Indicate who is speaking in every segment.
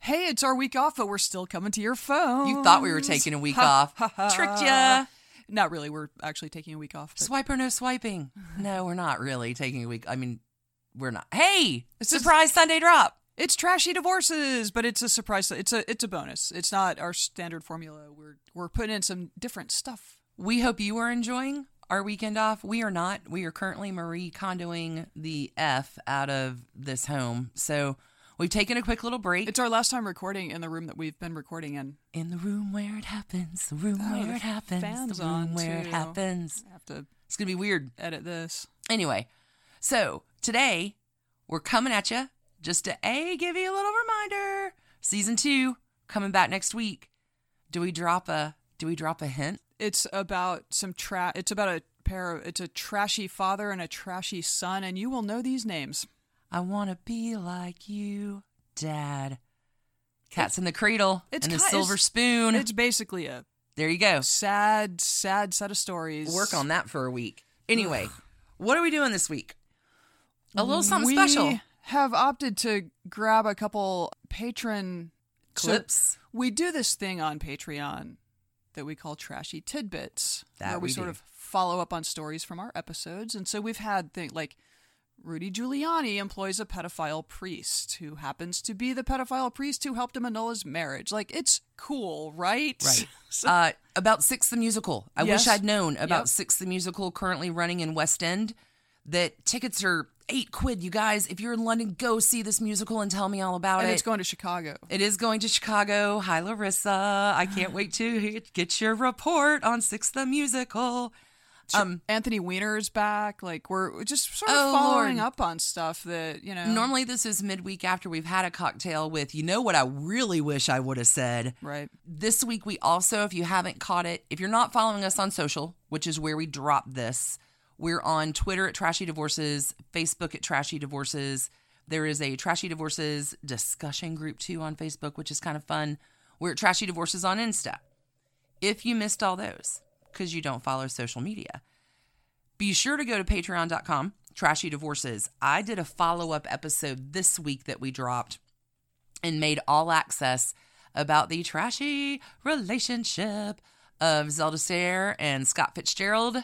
Speaker 1: hey, it's our week off, but we're still coming to your phone.
Speaker 2: You thought we were taking a week off. Tricked ya.
Speaker 1: Not really. We're actually taking a week off. but-
Speaker 2: Swipe or no swiping? No, we're not really taking a week. I mean, we're not. Hey,
Speaker 1: is-
Speaker 2: surprise Sunday drop.
Speaker 1: It's trashy divorces, but it's a surprise. It's a it's a bonus. It's not our standard formula. We're we're putting in some different stuff.
Speaker 2: We hope you are enjoying our weekend off. We are not. We are currently Marie condoing the F out of this home. So we've taken a quick little break.
Speaker 1: It's our last time recording in the room that we've been recording in.
Speaker 2: in the room where it happens, the room
Speaker 1: Oh,
Speaker 2: where
Speaker 1: the
Speaker 2: it happens,
Speaker 1: fan's
Speaker 2: the room
Speaker 1: on,
Speaker 2: where
Speaker 1: too.
Speaker 2: it happens.
Speaker 1: I have to
Speaker 2: It's going to be weird.
Speaker 1: edit this.
Speaker 2: Anyway, so today we're coming at you just to a give you a little reminder. Season 2 coming back next week. Do we drop a do we drop a hint?
Speaker 1: It's about some tra. It's about a pair. Of, it's a trashy father and a trashy son, and you will know these names.
Speaker 2: I want to be like you, dad. Cats in the cradle
Speaker 1: It's
Speaker 2: and the
Speaker 1: ki-
Speaker 2: silver
Speaker 1: it's-
Speaker 2: spoon.
Speaker 1: It's basically a
Speaker 2: there you go.
Speaker 1: sad, sad set of stories.
Speaker 2: Work on that for a week. Anyway, what are we doing this week? A little something
Speaker 1: we
Speaker 2: special.
Speaker 1: have opted to grab a couple patron so
Speaker 2: Clips.
Speaker 1: we do this thing on Patreon that we call Trashy Tidbits,
Speaker 2: That
Speaker 1: where we,
Speaker 2: we
Speaker 1: sort
Speaker 2: do.
Speaker 1: of follow up on stories from our episodes. And so we've had things like Rudy Giuliani employs a pedophile priest who happens to be the pedophile priest who helped him annul his marriage. Like, it's cool, right?
Speaker 2: Right. uh, about Six the Musical. I
Speaker 1: Yes.
Speaker 2: wish I'd known about
Speaker 1: Yep.
Speaker 2: Six the Musical currently running in West End. That tickets are eight quid. You guys, if you're in London, go see this musical and tell me all about
Speaker 1: and
Speaker 2: it.
Speaker 1: it's going to Chicago.
Speaker 2: it is going to Chicago. Hi, Larissa. I can't wait to he- get your report on Six the Musical. Um,
Speaker 1: Anthony Weiner is back. Like, we're we're just sort of
Speaker 2: Oh,
Speaker 1: following
Speaker 2: Lord.
Speaker 1: up on stuff that, you know.
Speaker 2: normally this is midweek after we've had a cocktail with. You know what I really wish I would have said.
Speaker 1: Right.
Speaker 2: This week, we also, if you haven't caught it, if you're not following us on social, which is where we drop this, we're on Twitter at Trashy Divorces, Facebook at Trashy Divorces. There is a Trashy Divorces discussion group too on Facebook, which is kind of fun. We're at Trashy Divorces on Insta. If you missed all those because you don't follow social media, be sure to go to patreon.com, Trashy Divorces. I did a follow up episode this week that we dropped and made all access about the trashy relationship of Zelda Sayre and Scott Fitzgerald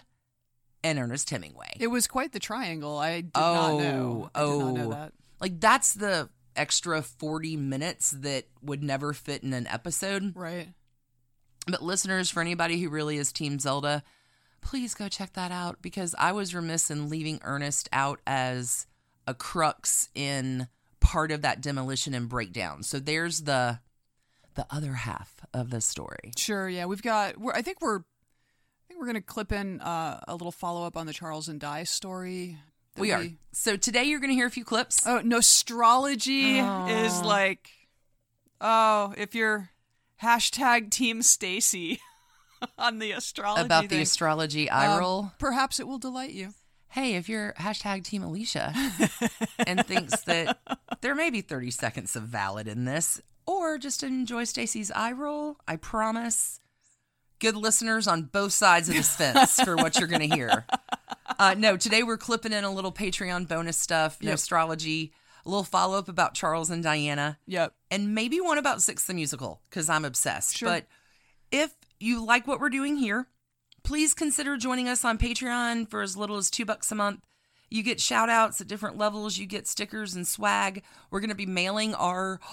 Speaker 2: and Ernest Hemingway.
Speaker 1: It was quite the triangle. I did not
Speaker 2: oh,
Speaker 1: know. I did
Speaker 2: oh,
Speaker 1: not know that.
Speaker 2: like that's the extra 40 minutes that would never fit in an episode.
Speaker 1: Right.
Speaker 2: But listeners, for anybody who really is Team Zelda, please go check that out because I was remiss in leaving Ernest out as a crux in part of that demolition and breakdown. So there's the the other half of the story.
Speaker 1: Sure. Yeah, we've got. We're, I think we're. I think we're going to clip in uh, a little follow up on the Charles and Dice story. that
Speaker 2: We are. So today you're going to hear a few clips.
Speaker 1: Oh, Nostrology is like. Oh, if you're hashtag Team Stacy on the astrology
Speaker 2: about the
Speaker 1: thing,
Speaker 2: astrology eye
Speaker 1: um,
Speaker 2: roll.
Speaker 1: perhaps it will delight you.
Speaker 2: Hey, if you're hashtag Team Alicia and thinks that there may be 30 seconds of valid in this, or just enjoy Stacy's eye roll, I promise. Good listeners on both sides of this fence for what you're going to hear. Uh, no, today we're clipping in a little Patreon bonus stuff, no
Speaker 1: Yep.
Speaker 2: astrology, a little follow up about Charles and Diana
Speaker 1: Yep.
Speaker 2: and maybe one about Six the Musical because I'm obsessed.
Speaker 1: Sure.
Speaker 2: But if you like what we're doing here, please consider joining us on Patreon for as little as two bucks a month. You get shout outs at different levels, you get stickers and swag. We're going to be mailing our.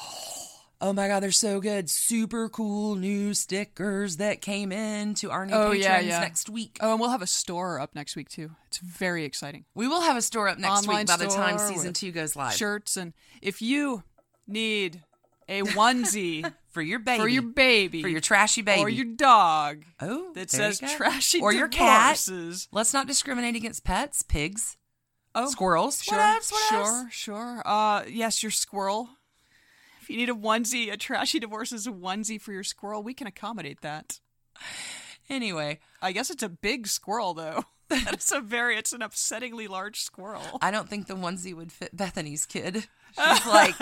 Speaker 2: Oh my God, they're so good. Super cool new stickers that came in to our new
Speaker 1: Oh,
Speaker 2: patrons
Speaker 1: yeah, yeah.
Speaker 2: next week.
Speaker 1: Oh, and we'll have a store up next week too. It's very exciting.
Speaker 2: We will have a store up next
Speaker 1: Online
Speaker 2: week by the time
Speaker 1: store
Speaker 2: season
Speaker 1: with
Speaker 2: two goes live.
Speaker 1: Shirts and if you need a onesie
Speaker 2: For your baby.
Speaker 1: for your baby
Speaker 2: For your trashy baby.
Speaker 1: or your dog
Speaker 2: Oh,
Speaker 1: that
Speaker 2: there you
Speaker 1: says
Speaker 2: go.
Speaker 1: trashy
Speaker 2: or your cat.
Speaker 1: divorces.
Speaker 2: Let's not discriminate against pets, pigs,
Speaker 1: Oh,
Speaker 2: squirrels.
Speaker 1: Sure,
Speaker 2: What else? What
Speaker 1: sure,
Speaker 2: else?
Speaker 1: sure. Uh, yes, your squirrel. If you need a onesie, a trashy divorce is a onesie for your squirrel. We can accommodate that.
Speaker 2: Anyway,
Speaker 1: I guess it's a big squirrel though. That's a very it's an upsettingly large squirrel.
Speaker 2: I don't think the onesie would fit Bethany's kid. She's like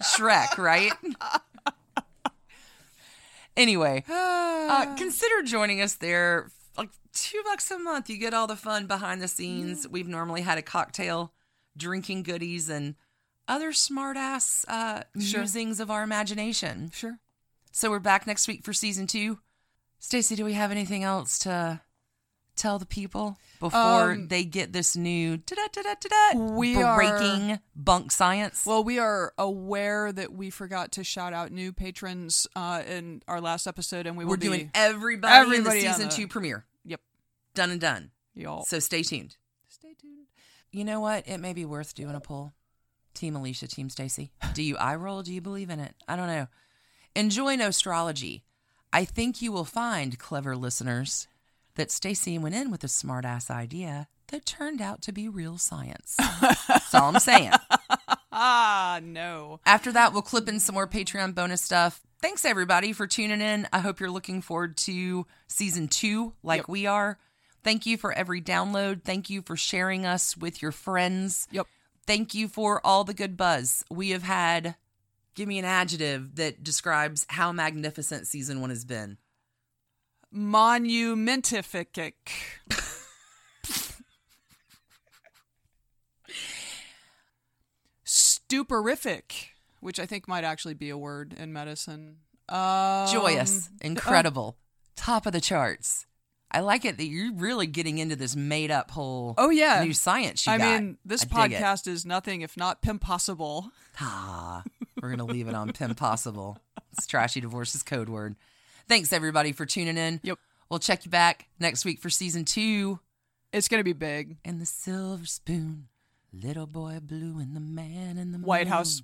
Speaker 2: Shrek, right? anyway, uh, consider joining us there. Like two bucks a month, you get all the fun behind the scenes. We've normally had a cocktail, drinking goodies, and other smartass uh,
Speaker 1: Sure.
Speaker 2: musings of our imagination.
Speaker 1: Sure.
Speaker 2: So we're back next week for season two. Stacy, do we have anything else to tell the people before
Speaker 1: Um,
Speaker 2: they get this new da da da da da
Speaker 1: We are-
Speaker 2: breaking bunk science?
Speaker 1: Well, we are aware that we forgot to shout out new patrons uh, in our last episode, and we will
Speaker 2: we're
Speaker 1: be.
Speaker 2: doing everybody, everybody
Speaker 1: everybody
Speaker 2: in
Speaker 1: on
Speaker 2: the season
Speaker 1: the-
Speaker 2: two premiere.
Speaker 1: Yep.
Speaker 2: Done and done.
Speaker 1: Y'all.
Speaker 2: So stay tuned.
Speaker 1: Stay tuned.
Speaker 2: You know what? It may be worth doing a poll. Team Alicia, Team Stacy. Do you eye roll? Do you believe in it? I don't know. Enjoy Nostrology. I think you will find, clever listeners, that Stacy went in with a smart ass idea that turned out to be real science. That's all I'm saying.
Speaker 1: Ah, no.
Speaker 2: After that, we'll clip in some more Patreon bonus stuff. Thanks, everybody, for tuning in. I hope you're looking forward to season two, like
Speaker 1: Yep.
Speaker 2: we are. Thank you for every download. Thank you for sharing us with your friends.
Speaker 1: Yep.
Speaker 2: Thank you for all the good buzz. We have had, give me an adjective that describes how magnificent season one has been.
Speaker 1: Monumentific. Stuporific, which I think might actually be a word in medicine. Um,
Speaker 2: Joyous, incredible, top of the charts. I like it that you're really getting into this made up whole
Speaker 1: Oh, yeah.
Speaker 2: new science you
Speaker 1: I
Speaker 2: got.
Speaker 1: mean, this
Speaker 2: I dig it.
Speaker 1: podcast is nothing if not pimpossible.
Speaker 2: Ah, we're going to leave it on Pim Possible. It's Trashy Divorce's code word. Thanks, everybody, for tuning in.
Speaker 1: Yep.
Speaker 2: We'll check you back next week for season two.
Speaker 1: It's going to be big.
Speaker 2: And the silver spoon, little boy blue, and the man in the
Speaker 1: White
Speaker 2: moon.
Speaker 1: House.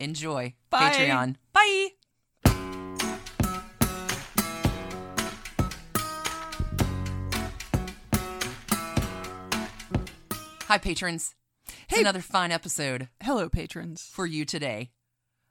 Speaker 2: Enjoy.
Speaker 1: Bye.
Speaker 2: Patreon. Bye. Hi, patrons. It's
Speaker 1: Hey.
Speaker 2: another fine episode
Speaker 1: Hello, patrons.
Speaker 2: for you today.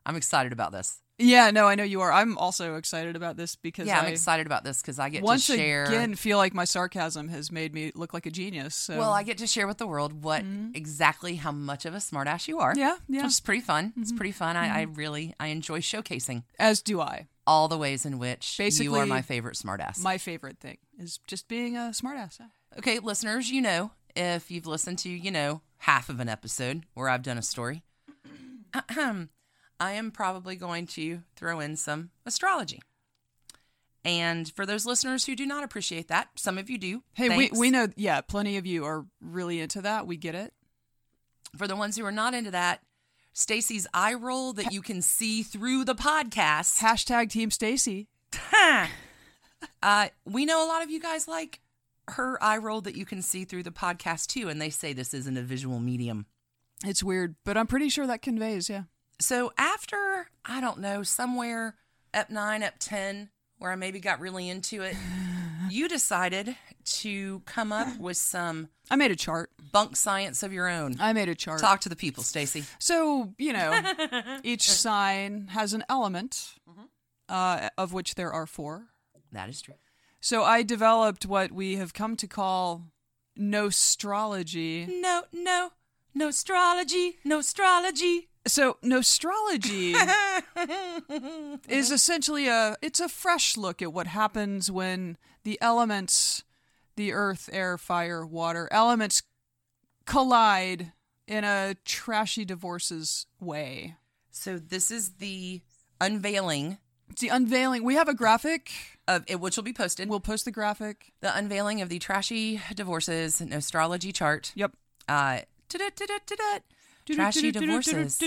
Speaker 2: I'm excited about this.
Speaker 1: Yeah, no, I know you are. I'm also excited about this because
Speaker 2: Yeah, I'm
Speaker 1: I
Speaker 2: excited about this because I get
Speaker 1: once
Speaker 2: to share.
Speaker 1: again feel like my sarcasm has made me look like a genius. So.
Speaker 2: Well, I get to share with the world what exactly how much of a smartass you are.
Speaker 1: Mm-hmm. Yeah, yeah. Mm-hmm.
Speaker 2: which is pretty fun. It's pretty fun. I, I really I enjoy showcasing
Speaker 1: as do I.
Speaker 2: all the ways in which you
Speaker 1: Basically,
Speaker 2: are my favorite smartass.
Speaker 1: My favorite thing is just being a smartass.
Speaker 2: okay, listeners, you know if you've listened to you know half of an episode where I've done a story, Ahem. I am probably going to throw in some astrology. And for those listeners who do not appreciate that, some of you do.
Speaker 1: Hey, we,
Speaker 2: Thanks.
Speaker 1: we know, yeah, plenty of you are really into that. We get it.
Speaker 2: for the ones who are not into that, Stacy's eye roll that you can see through the podcast.
Speaker 1: Hashtag Team Stacy.
Speaker 2: uh, we know a lot of you guys like her eye roll that you can see through the podcast too, and they say this isn't a visual medium.
Speaker 1: It's weird, but I'm pretty sure that conveys, yeah.
Speaker 2: So after I don't know somewhere up nine, up ten, where I maybe got really into it, you decided to come up with some
Speaker 1: I made a chart.
Speaker 2: bunk science of your own.
Speaker 1: I made a chart.
Speaker 2: Talk to the people, Stacy.
Speaker 1: So, you know, each sign has an element,
Speaker 2: Mm-hmm.
Speaker 1: uh, of which there are four.
Speaker 2: That is true.
Speaker 1: So I developed what we have come to call Nostrology.
Speaker 2: No, no, no astrology, no astrology.
Speaker 1: So Nostrology is essentially a it's a fresh look at what happens when the elements, the earth, air, fire, water elements collide in a trashy divorces way.
Speaker 2: So this is the unveiling
Speaker 1: It's the unveiling. We have a graphic.
Speaker 2: of it, which will be posted.
Speaker 1: We'll post the graphic.
Speaker 2: the unveiling of the trashy divorces and astrology chart.
Speaker 1: Yep.
Speaker 2: Uh, da-da-da-da-da-da. Trashy divorces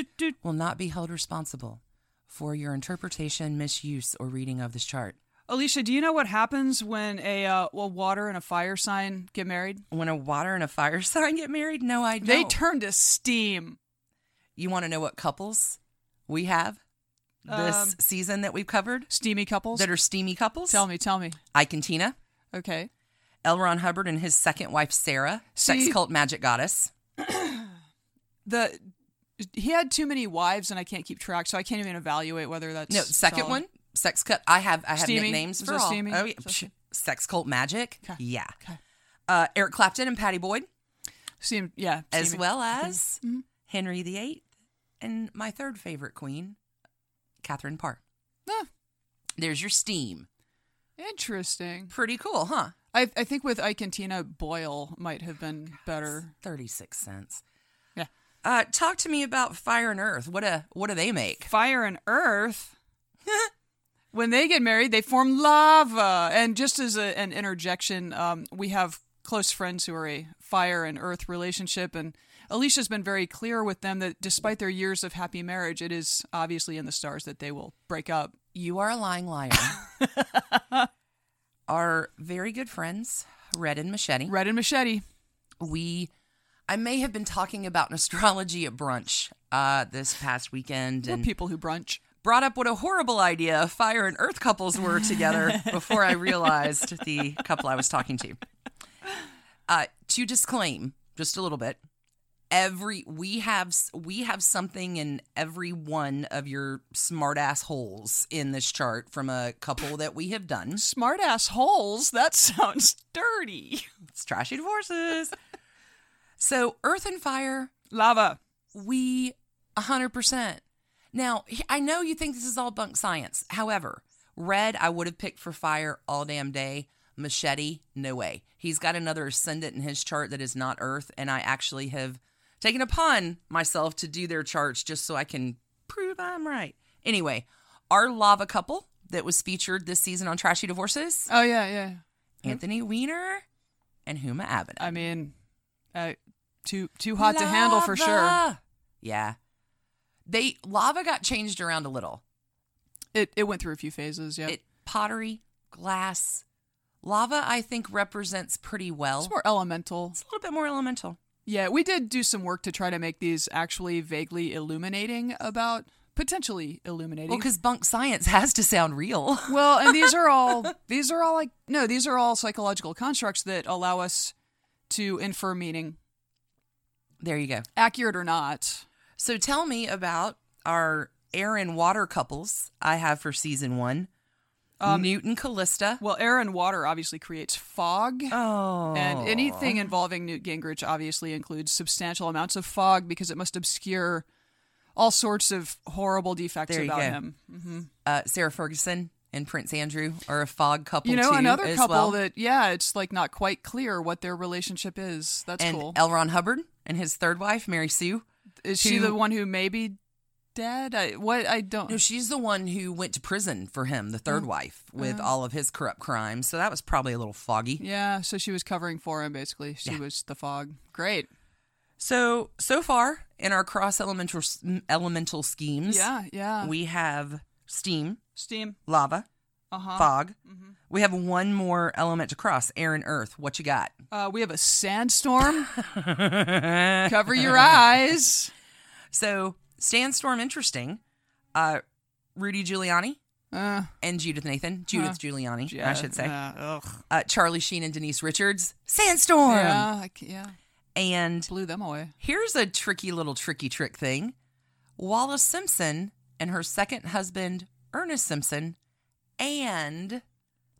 Speaker 2: will not be held responsible for your interpretation, misuse, or reading of this chart.
Speaker 1: Alicia, do you know what happens when a uh, well water and a fire sign get married?
Speaker 2: When a water and a fire sign get married, no, I don't.
Speaker 1: They turn to steam.
Speaker 2: you want to know what couples we have this
Speaker 1: Um,
Speaker 2: season that we've covered
Speaker 1: Steamy couples.
Speaker 2: that are steamy couples?
Speaker 1: Tell me, tell me.
Speaker 2: Ike and Tina.
Speaker 1: Okay.
Speaker 2: L. Ron Hubbard and his second wife, Sarah,
Speaker 1: See-
Speaker 2: sex cult magic goddess.
Speaker 1: The he had too many wives, and I can't keep track, so I can't even evaluate whether that's
Speaker 2: No, second
Speaker 1: solid.
Speaker 2: one, sex cut. I have I have
Speaker 1: Steamy.
Speaker 2: nicknames
Speaker 1: Is
Speaker 2: for
Speaker 1: that
Speaker 2: all.
Speaker 1: steamy?
Speaker 2: Oh, yeah.
Speaker 1: Is that
Speaker 2: Psh,
Speaker 1: steamy?
Speaker 2: sex cult magic.
Speaker 1: Okay.
Speaker 2: Yeah.
Speaker 1: Okay.
Speaker 2: Uh, Eric Clapton and Patty Boyd,
Speaker 1: Steam, yeah,
Speaker 2: as
Speaker 1: steamy. Mm-hmm.
Speaker 2: well as Henry VIII, and my third favorite queen, Catherine Parr.
Speaker 1: Ah,
Speaker 2: There's your steam.
Speaker 1: interesting.
Speaker 2: Pretty cool, huh?
Speaker 1: I I think with Ike and Tina, Boyle might have been better.
Speaker 2: Thirty six cents.
Speaker 1: Yeah.
Speaker 2: Uh, talk to me about Fire and Earth. What a what do they make?
Speaker 1: Fire and earth. when they get married, they form lava. And just as a, an interjection, um, we have close friends who are a fire and earth relationship. And Alicia's been very clear with them that despite their years of happy marriage, it is obviously in the stars that they will break up.
Speaker 2: You are a lying liar. Our very good friends, Red and Machete.
Speaker 1: Red and Machete.
Speaker 2: we I may have been talking about an astrology at brunch uh, this past weekend
Speaker 1: We're
Speaker 2: and
Speaker 1: people who brunch.
Speaker 2: brought up what a horrible idea fire and earth couples were together before I realized the couple I was talking to. Uh, to disclaim just a little bit, every we have s- we have something in every one of your smart ass holes in this chart from a couple that we have done.
Speaker 1: Smart ass holes. That sounds dirty.
Speaker 2: It's trashy divorces. so earth and fire
Speaker 1: Lava.
Speaker 2: we 100%. Now, he- I know you think this is all bunk science. However, red, I would have picked for fire all damn day. Machete, no way. He's got another ascendant in his chart that is not Earth. And I actually have taken upon myself to do their charts just so I can prove I'm right. Anyway, our lava couple that was featured this season on Trashy Divorces
Speaker 1: Oh, yeah, yeah.
Speaker 2: Anthony Weiner and Huma Abedin.
Speaker 1: I mean, uh, too too hot to handle for sure.
Speaker 2: Lava. Yeah. They lava got changed around a little.
Speaker 1: It it went through a few phases. Yeah,
Speaker 2: It pottery, glass. Lava I think represents pretty well.
Speaker 1: it's more elemental.
Speaker 2: It's a little bit more elemental.
Speaker 1: Yeah, we did do some work to try to make these actually vaguely illuminating about potentially illuminating.
Speaker 2: Well, cuz bunk science has to sound real.
Speaker 1: Well, and these are all these are all like no, these are all psychological constructs that allow us to infer meaning,
Speaker 2: there you go.
Speaker 1: accurate or not.
Speaker 2: So tell me about our air and water couples I have for season 1.
Speaker 1: Um,
Speaker 2: Newton Callista.
Speaker 1: Well, air and water obviously creates fog.
Speaker 2: Oh.
Speaker 1: And anything involving Newt Gingrich obviously includes substantial amounts of fog because it must obscure all sorts of horrible defects
Speaker 2: There you
Speaker 1: about
Speaker 2: go.
Speaker 1: him.
Speaker 2: uh, Sarah Ferguson and Prince Andrew are a fog couple
Speaker 1: You know,
Speaker 2: too
Speaker 1: another
Speaker 2: as
Speaker 1: couple
Speaker 2: well.
Speaker 1: that yeah, it's like not quite clear what their relationship is. That's
Speaker 2: and
Speaker 1: cool.
Speaker 2: L. Ron Hubbard and his third wife, Mary Sue.
Speaker 1: is she
Speaker 2: who-
Speaker 1: the one who may be dead? I what I don't
Speaker 2: No, she's the one who went to prison for him, the
Speaker 1: Oh.
Speaker 2: third wife, with all of his corrupt crimes. So that was probably a little foggy.
Speaker 1: Yeah, so she was covering for him basically. She
Speaker 2: Yeah.
Speaker 1: was the fog. Great.
Speaker 2: So so far in our cross elemental elemental schemes,
Speaker 1: Yeah, yeah.
Speaker 2: we have steam,
Speaker 1: Steam.
Speaker 2: lava,
Speaker 1: Uh-huh.
Speaker 2: fog. We have one more element to cross: air and earth. What you got?
Speaker 1: Uh we have a sandstorm. Cover your eyes.
Speaker 2: So sandstorm, interesting. Uh, Rudy Giuliani
Speaker 1: Uh,
Speaker 2: and Judith Nathan, Judith Giuliani, I should say.
Speaker 1: yeah, ugh.
Speaker 2: uh, Charlie Sheen and Denise Richards, Sandstorm.
Speaker 1: Yeah, I c- yeah.
Speaker 2: And
Speaker 1: Blew them away.
Speaker 2: here's a tricky little tricky trick thing Wallace Simpson and her second husband, Ernest Simpson, and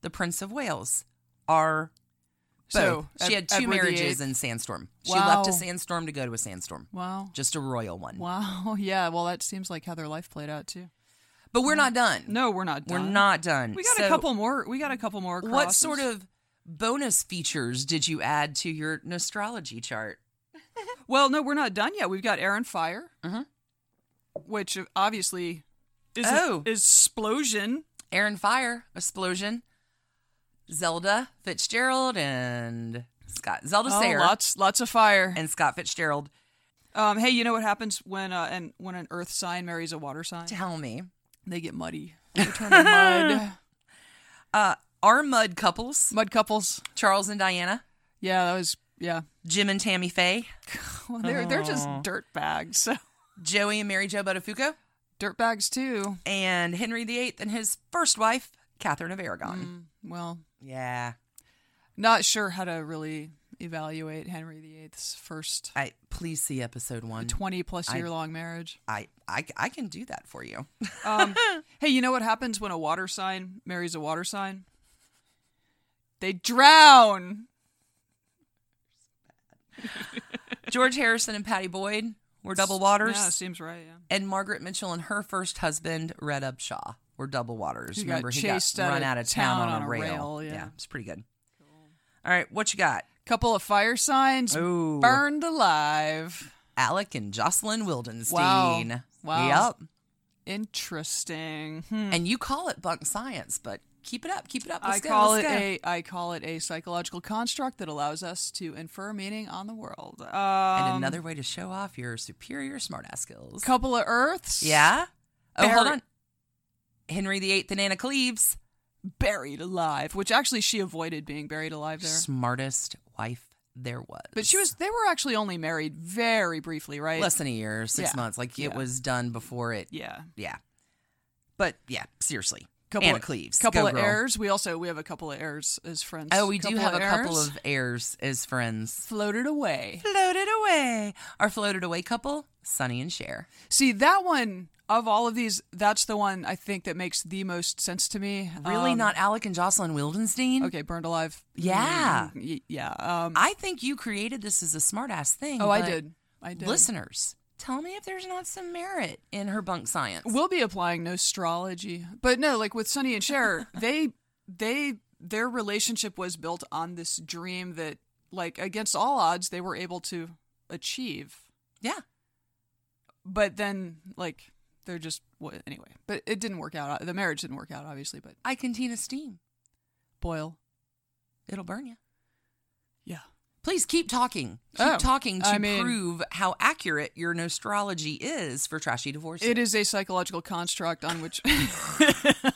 Speaker 2: the Prince of Wales are.
Speaker 1: So,
Speaker 2: both.
Speaker 1: Ed-
Speaker 2: she had two
Speaker 1: Edward the
Speaker 2: marriages
Speaker 1: Eighth.
Speaker 2: in Sandstorm. She left a
Speaker 1: Wow.
Speaker 2: Sandstorm to go to a Sandstorm,
Speaker 1: Wow.
Speaker 2: just a royal one.
Speaker 1: Wow. Yeah. Well, that seems like how their life played out too.
Speaker 2: But we're not done.
Speaker 1: No, we're not.
Speaker 2: we're
Speaker 1: done.
Speaker 2: not done.
Speaker 1: We got
Speaker 2: So
Speaker 1: a couple more. We got a couple more. Crosses.
Speaker 2: What sort of bonus features did you add to your astrology chart?
Speaker 1: Well, no, we're not done yet. We've got air and fire,
Speaker 2: Mm-hmm.
Speaker 1: which obviously is
Speaker 2: Oh.
Speaker 1: is explosion.
Speaker 2: Air and Fire, Explosion, Zelda Fitzgerald, and Scott. Zelda
Speaker 1: Oh,
Speaker 2: Sayre
Speaker 1: lots, lots of fire.
Speaker 2: and Scott Fitzgerald.
Speaker 1: um, hey, you know what happens when uh, and when an earth sign marries a water sign?
Speaker 2: Tell me.
Speaker 1: They get muddy. They turn to mud.
Speaker 2: Uh, our mud couples,
Speaker 1: Mud couples.
Speaker 2: Charles and Diana,
Speaker 1: Yeah, that was yeah.
Speaker 2: Jim and Tammy Faye,
Speaker 1: Well, they're they're just dirt bags. So
Speaker 2: Joey and Mary Jo Buttafuoco,
Speaker 1: dirt bags too.
Speaker 2: and Henry VIII and his first wife, Catherine of
Speaker 1: Mm.
Speaker 2: Aragon.
Speaker 1: Well,
Speaker 2: Yeah.
Speaker 1: not sure how to really evaluate Henry VIII's first
Speaker 2: I please see episode one.
Speaker 1: 20 plus year long marriage.
Speaker 2: I, I I can do that for you.
Speaker 1: Um, hey, you know what happens when a water sign marries a water sign? They drown.
Speaker 2: George Harrison and Patty Boyd were double waters.
Speaker 1: Yeah, seems right. Yeah.
Speaker 2: and Margaret Mitchell and her first husband, Red Upshaw, were double waters.
Speaker 1: He got
Speaker 2: Remember, he got
Speaker 1: chased out
Speaker 2: run
Speaker 1: of
Speaker 2: out of town,
Speaker 1: town
Speaker 2: on,
Speaker 1: on
Speaker 2: a
Speaker 1: a
Speaker 2: rail.
Speaker 1: rail,
Speaker 2: yeah.
Speaker 1: yeah.
Speaker 2: it's pretty good. All right, what you got?
Speaker 1: Couple of fire signs
Speaker 2: Ooh,
Speaker 1: burned alive.
Speaker 2: Alec and Jocelyn Wildenstein.
Speaker 1: Wow. Wow.
Speaker 2: Yep.
Speaker 1: Interesting. Hmm.
Speaker 2: And you call it bunk science, but keep it up. Keep it up. Let's
Speaker 1: I
Speaker 2: go,
Speaker 1: call
Speaker 2: let's
Speaker 1: it
Speaker 2: go.
Speaker 1: a I call it a psychological construct that allows us to infer meaning on the world. Um,
Speaker 2: and another way to show off your superior smartass skills.
Speaker 1: couple of Earths,
Speaker 2: Yeah. Oh, hold
Speaker 1: Barry-
Speaker 2: on. Henry VIII and Anna Cleves,
Speaker 1: buried alive. Which actually she avoided being buried alive there,
Speaker 2: smartest wife there was.
Speaker 1: but she was. They were actually only married very briefly, right?
Speaker 2: less than a year, six
Speaker 1: Yeah.
Speaker 2: months. Like
Speaker 1: Yeah.
Speaker 2: it was done before it.
Speaker 1: yeah.
Speaker 2: Yeah. But yeah, seriously.
Speaker 1: Couple
Speaker 2: Anna
Speaker 1: of,
Speaker 2: Cleves.
Speaker 1: couple
Speaker 2: Go,
Speaker 1: of
Speaker 2: girl.
Speaker 1: heirs. We also we have a couple of heirs as friends.
Speaker 2: Oh, we do have a couple
Speaker 1: heirs.
Speaker 2: of heirs as friends.
Speaker 1: floated away.
Speaker 2: Floated away. Our floated away couple, Sonny and Cher.
Speaker 1: See that one of all of these. That's the one I think that makes the most sense to me.
Speaker 2: Really
Speaker 1: Um,
Speaker 2: not Alec and Jocelyn Wildenstein?
Speaker 1: Okay, burned alive.
Speaker 2: Yeah.
Speaker 1: Mm, y- yeah. Um,
Speaker 2: I think you created this as a smartass thing.
Speaker 1: oh, I
Speaker 2: but
Speaker 1: did. I did.
Speaker 2: Listeners, tell me if there's not some merit in her bunk science.
Speaker 1: we'll be applying nostrology, but no, like with Sonny and Cher, they they their relationship was built on this dream that, like, against all odds, they were able to achieve.
Speaker 2: yeah.
Speaker 1: But then, like, they're just well, anyway. But it didn't work out. The marriage didn't work out, obviously. But
Speaker 2: I can Tina steam.
Speaker 1: Boyle,
Speaker 2: It'll burn you.
Speaker 1: yeah,
Speaker 2: Please keep talking. Keep
Speaker 1: Oh,
Speaker 2: talking to
Speaker 1: I mean-
Speaker 2: prove how accurate your nostrology is for trashy divorces.
Speaker 1: it is a psychological construct on which.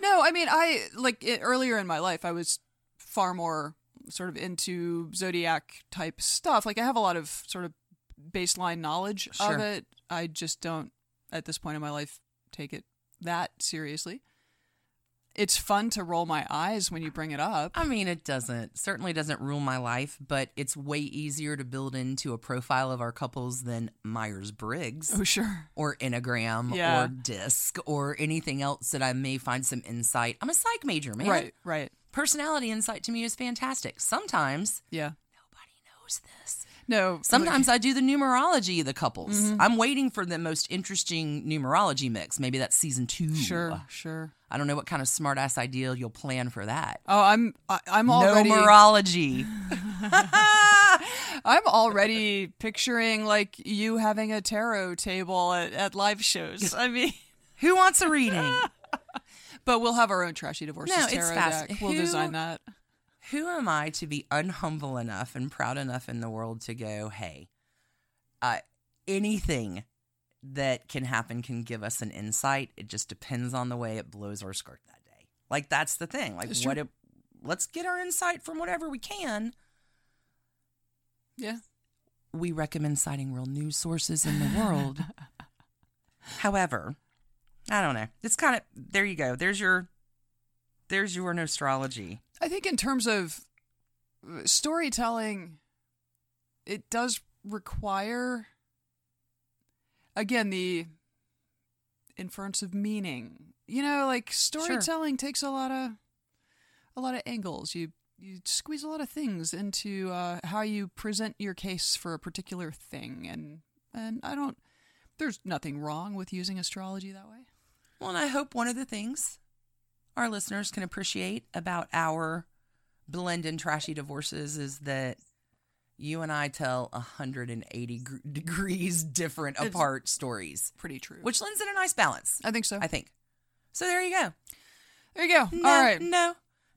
Speaker 1: No, I mean, I like it, earlier in my life, I was far more sort of into zodiac type stuff. Like, I have a lot of sort of baseline knowledge
Speaker 2: Sure.
Speaker 1: of it. I just don't, at this point in my life, take it that seriously. It's fun to roll my eyes when you bring it up.
Speaker 2: I mean, it doesn't certainly doesn't rule my life, but it's way easier to build into a profile of our couples than Myers Briggs
Speaker 1: Oh, sure.
Speaker 2: or Enneagram
Speaker 1: Yeah.
Speaker 2: or DISC or anything else that I may find some insight. I'm a psych major, man.
Speaker 1: Right, right.
Speaker 2: Personality insight to me is fantastic. Sometimes
Speaker 1: Yeah.
Speaker 2: nobody knows this.
Speaker 1: No.
Speaker 2: Sometimes I do the numerology of the couples.
Speaker 1: Mm-hmm.
Speaker 2: I'm waiting for the most interesting numerology mix. Maybe that's season two.
Speaker 1: like, Sure, sure.
Speaker 2: I don't know what kind of smart ass ideal you'll plan for that.
Speaker 1: Oh, I'm I, I'm already
Speaker 2: Numerology.
Speaker 1: I'm already picturing like you having a tarot table at, at live shows. I mean,
Speaker 2: Who wants a reading?
Speaker 1: but we'll have our own trashy divorces
Speaker 2: No, it's
Speaker 1: tarot
Speaker 2: fasc-
Speaker 1: deck. We'll
Speaker 2: who-
Speaker 1: design that.
Speaker 2: Who am I to be unhumble enough and proud enough in the world to go, hey, uh, anything that can happen can give us an insight. It just depends on the way it blows our skirt that day. Like that's the thing. Like
Speaker 1: It's
Speaker 2: what? It, let's get our insight from whatever we can.
Speaker 1: Yeah.
Speaker 2: we recommend citing real news sources in the world. However, I don't know. It's kind of there you go. There's your there's your nostrology.
Speaker 1: I think in terms of uh, storytelling, it does require, again, the inference of meaning. You know, like storytelling takes a lot of a lot of angles. You you squeeze a lot of things into uh, how you present your case for a particular thing, and and I don't. There's nothing wrong with using astrology that way.
Speaker 2: Well, and I hope one of the things our listeners can appreciate about our blend and trashy divorces is that you and I tell 180 gr- degrees different
Speaker 1: It's-
Speaker 2: apart stories,
Speaker 1: Pretty true.
Speaker 2: which lends it a nice balance,
Speaker 1: I think so.
Speaker 2: I think. So there you go.
Speaker 1: there you go.
Speaker 2: No,
Speaker 1: All right.
Speaker 2: No,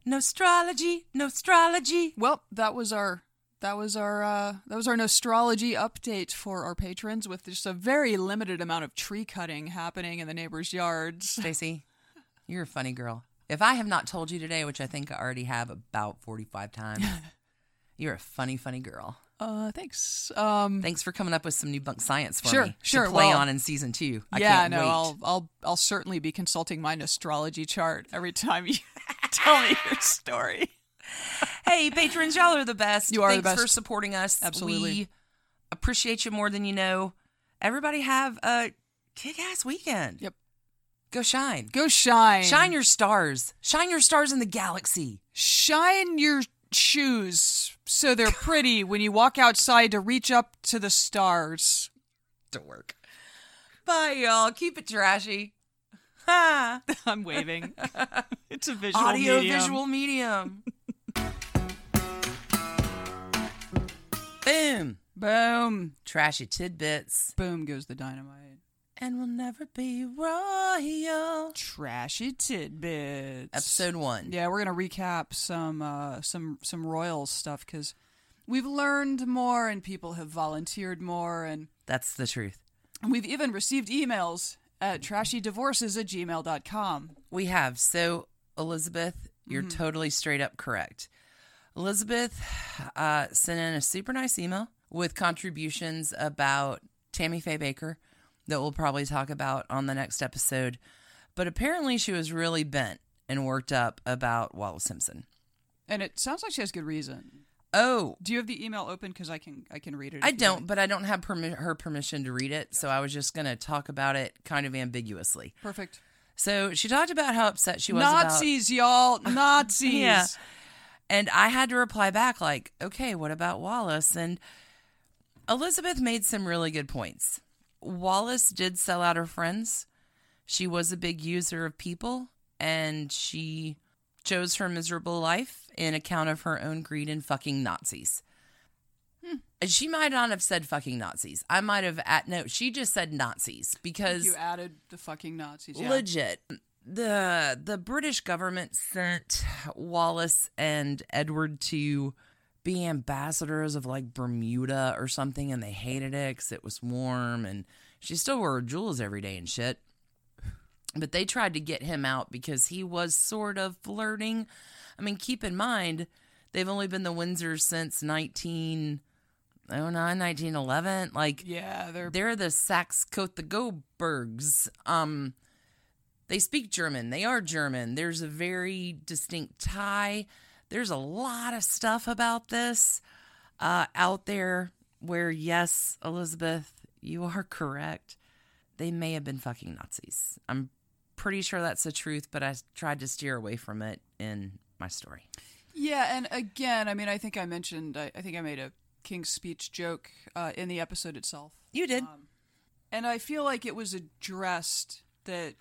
Speaker 2: nostrology, nostrology.
Speaker 1: Well, that was our that was our uh, that was our nostrology update for our patrons with just a very limited amount of tree cutting happening in the neighbors' yards.
Speaker 2: Stacey, you're a funny girl. If I have not told you today, which I think I already have about 45 times, you're a funny, funny girl.
Speaker 1: Uh, thanks. Um,
Speaker 2: Thanks for coming up with some new bunk science for
Speaker 1: Sure,
Speaker 2: me
Speaker 1: sure,
Speaker 2: to play
Speaker 1: well-
Speaker 2: on in season two. I
Speaker 1: yeah,
Speaker 2: can't
Speaker 1: no,
Speaker 2: wait.
Speaker 1: I'll I'll I'll certainly be consulting my nostrology chart every time you tell me your story.
Speaker 2: Hey, patrons, y'all are the best.
Speaker 1: You are the
Speaker 2: Thanks for
Speaker 1: best.
Speaker 2: supporting us.
Speaker 1: Absolutely.
Speaker 2: We appreciate you more than you know. Everybody have a kick-ass weekend.
Speaker 1: Yep.
Speaker 2: Go shine.
Speaker 1: Go shine,
Speaker 2: Shine your stars. Shine your stars in the galaxy.
Speaker 1: shine your shoes so they're pretty when you walk outside to reach up to the stars.
Speaker 2: Dork. Bye, y'all. Keep it trashy. Ha.
Speaker 1: I'm waving. it's a visual
Speaker 2: Audio
Speaker 1: medium.
Speaker 2: visual medium. Boom.
Speaker 1: Boom.
Speaker 2: Trashy tidbits.
Speaker 1: Boom goes the dynamite.
Speaker 2: And we'll never be royal.
Speaker 1: Trashy tidbits.
Speaker 2: Episode one.
Speaker 1: Yeah, we're gonna recap some uh, some some Royals stuff because we've learned more and people have volunteered more and
Speaker 2: That's the truth.
Speaker 1: we've even received emails at trashydivorces at gmail.com.
Speaker 2: We have. So, Elizabeth, you're totally straight up correct. Elizabeth uh, sent in a super nice email with contributions about Tammy Faye Baker that we'll probably talk about on the next episode. But apparently, she was really bent and worked up about Wallace Simpson.
Speaker 1: And it sounds like she has good reason.
Speaker 2: Oh,
Speaker 1: Do you have the email open? Because I can I can read it.
Speaker 2: I
Speaker 1: if you
Speaker 2: don't,
Speaker 1: want.
Speaker 2: but I don't have permi- her permission to read it. So I was just going to talk about it kind of ambiguously.
Speaker 1: Perfect.
Speaker 2: So she talked about how upset she was about
Speaker 1: Nazis, y'all. Nazis.
Speaker 2: Yeah. And I had to reply back, like, okay, what about Wallace? And Elizabeth made some really good points. Wallace did sell out her friends. She was a big user of people and she chose her miserable life in account of her own greed and fucking Nazis. And She might not have said fucking Nazis. I might have at no, she just said Nazis because
Speaker 1: You added the fucking Nazis. Yeah.
Speaker 2: legit the the british government sent wallace and edward to be ambassadors of like bermuda or something and they hated it because it was warm and she still wore her jewels every day and shit but they tried to get him out because he was sort of flirting i mean keep in mind they've only been the windsors since oh, 1909 1911 like
Speaker 1: yeah, they're
Speaker 2: they're the Saxe Gotha Goldbergs. Um, they speak German. They are German. There's a very distinct tie. There's a lot of stuff about this uh, out there where, yes, Elizabeth, you are correct. They may have been fucking Nazis. I'm pretty sure that's the truth, but I tried to steer away from it in my story.
Speaker 1: Yeah, and again, I mean, I think I mentioned, I, I think I made a King's speech joke uh, in the episode itself. Um,
Speaker 2: You did.
Speaker 1: And I feel like it was addressed that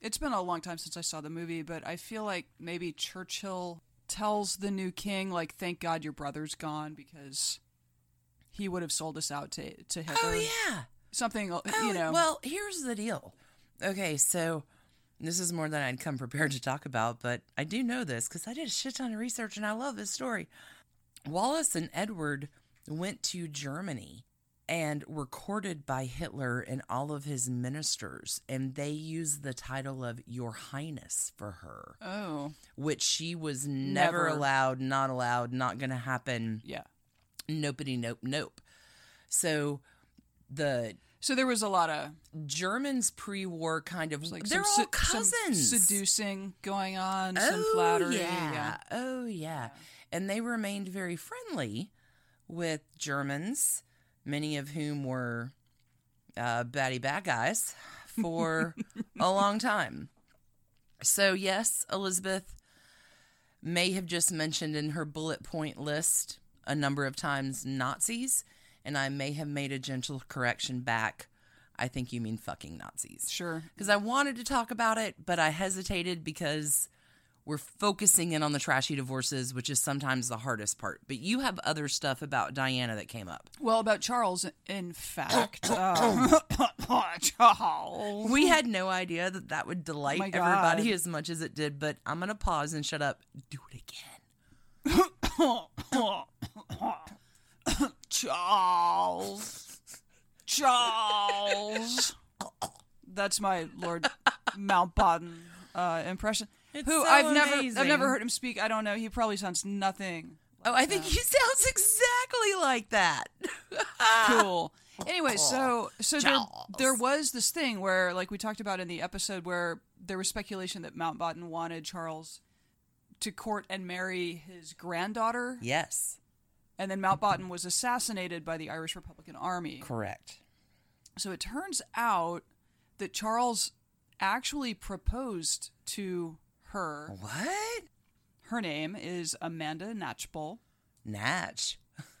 Speaker 1: it's been a long time since I saw the movie, but I feel like maybe Churchill tells the new king, like, thank God your brother's gone because he would have sold us out to, to Hitler.
Speaker 2: oh, yeah.
Speaker 1: Something, uh,
Speaker 2: Oh,
Speaker 1: you know.
Speaker 2: Well, here's the deal. Okay, so this is more than I'd come prepared to talk about, but I do know this because I did a shit ton of research and I love this story. Wallace and Edward went to Germany and were courted by Hitler and all of his ministers, and they used the title of Your Highness for her,
Speaker 1: oh,
Speaker 2: which she was never,
Speaker 1: Never.
Speaker 2: allowed, not allowed, not going to happen,
Speaker 1: yeah.
Speaker 2: nopity nope, nope. So the
Speaker 1: So there was a lot of
Speaker 2: Germans pre-war kind of
Speaker 1: like
Speaker 2: they're
Speaker 1: some
Speaker 2: all
Speaker 1: se- some
Speaker 2: cousins.
Speaker 1: seducing going on, some
Speaker 2: oh,
Speaker 1: flattery.
Speaker 2: Yeah.
Speaker 1: yeah.
Speaker 2: Oh yeah. And they remained very friendly with Germans, many of whom were uh, batty bad guys for a long time. So yes, Elizabeth may have just mentioned in her bullet point list a number of times Nazis, and I may have made a gentle correction back. I think you mean fucking Nazis
Speaker 1: Sure.
Speaker 2: because I wanted to talk about it, but I hesitated because we're focusing in on the trashy divorces, which is sometimes the hardest part. But you have other stuff about Diana that came up.
Speaker 1: Well, about Charles, in fact, uh, Charles.
Speaker 2: We had no idea that that would delight
Speaker 1: my God.
Speaker 2: everybody as much as it did, but I'm going to pause and shut up. Do it again.
Speaker 1: Charles, Charles. That's my Lord Mountbatten uh, impression.
Speaker 2: It's
Speaker 1: Who
Speaker 2: so
Speaker 1: I've never,
Speaker 2: amazing.
Speaker 1: I've never heard him speak. I don't know. He probably sounds nothing
Speaker 2: Oh, I think he sounds exactly like that.
Speaker 1: cool. Anyway, so so there,
Speaker 2: Jaws.
Speaker 1: there was this thing where, like we talked about in the episode, where there was speculation that Mountbatten wanted Charles to court and marry his granddaughter,
Speaker 2: yes,
Speaker 1: and then Mountbatten was assassinated by the Irish Republican Army.
Speaker 2: correct.
Speaker 1: So it turns out that Charles actually proposed to
Speaker 2: Oh.
Speaker 1: her.
Speaker 2: What?
Speaker 1: Her name is Amanda Natchbull.
Speaker 2: Natch.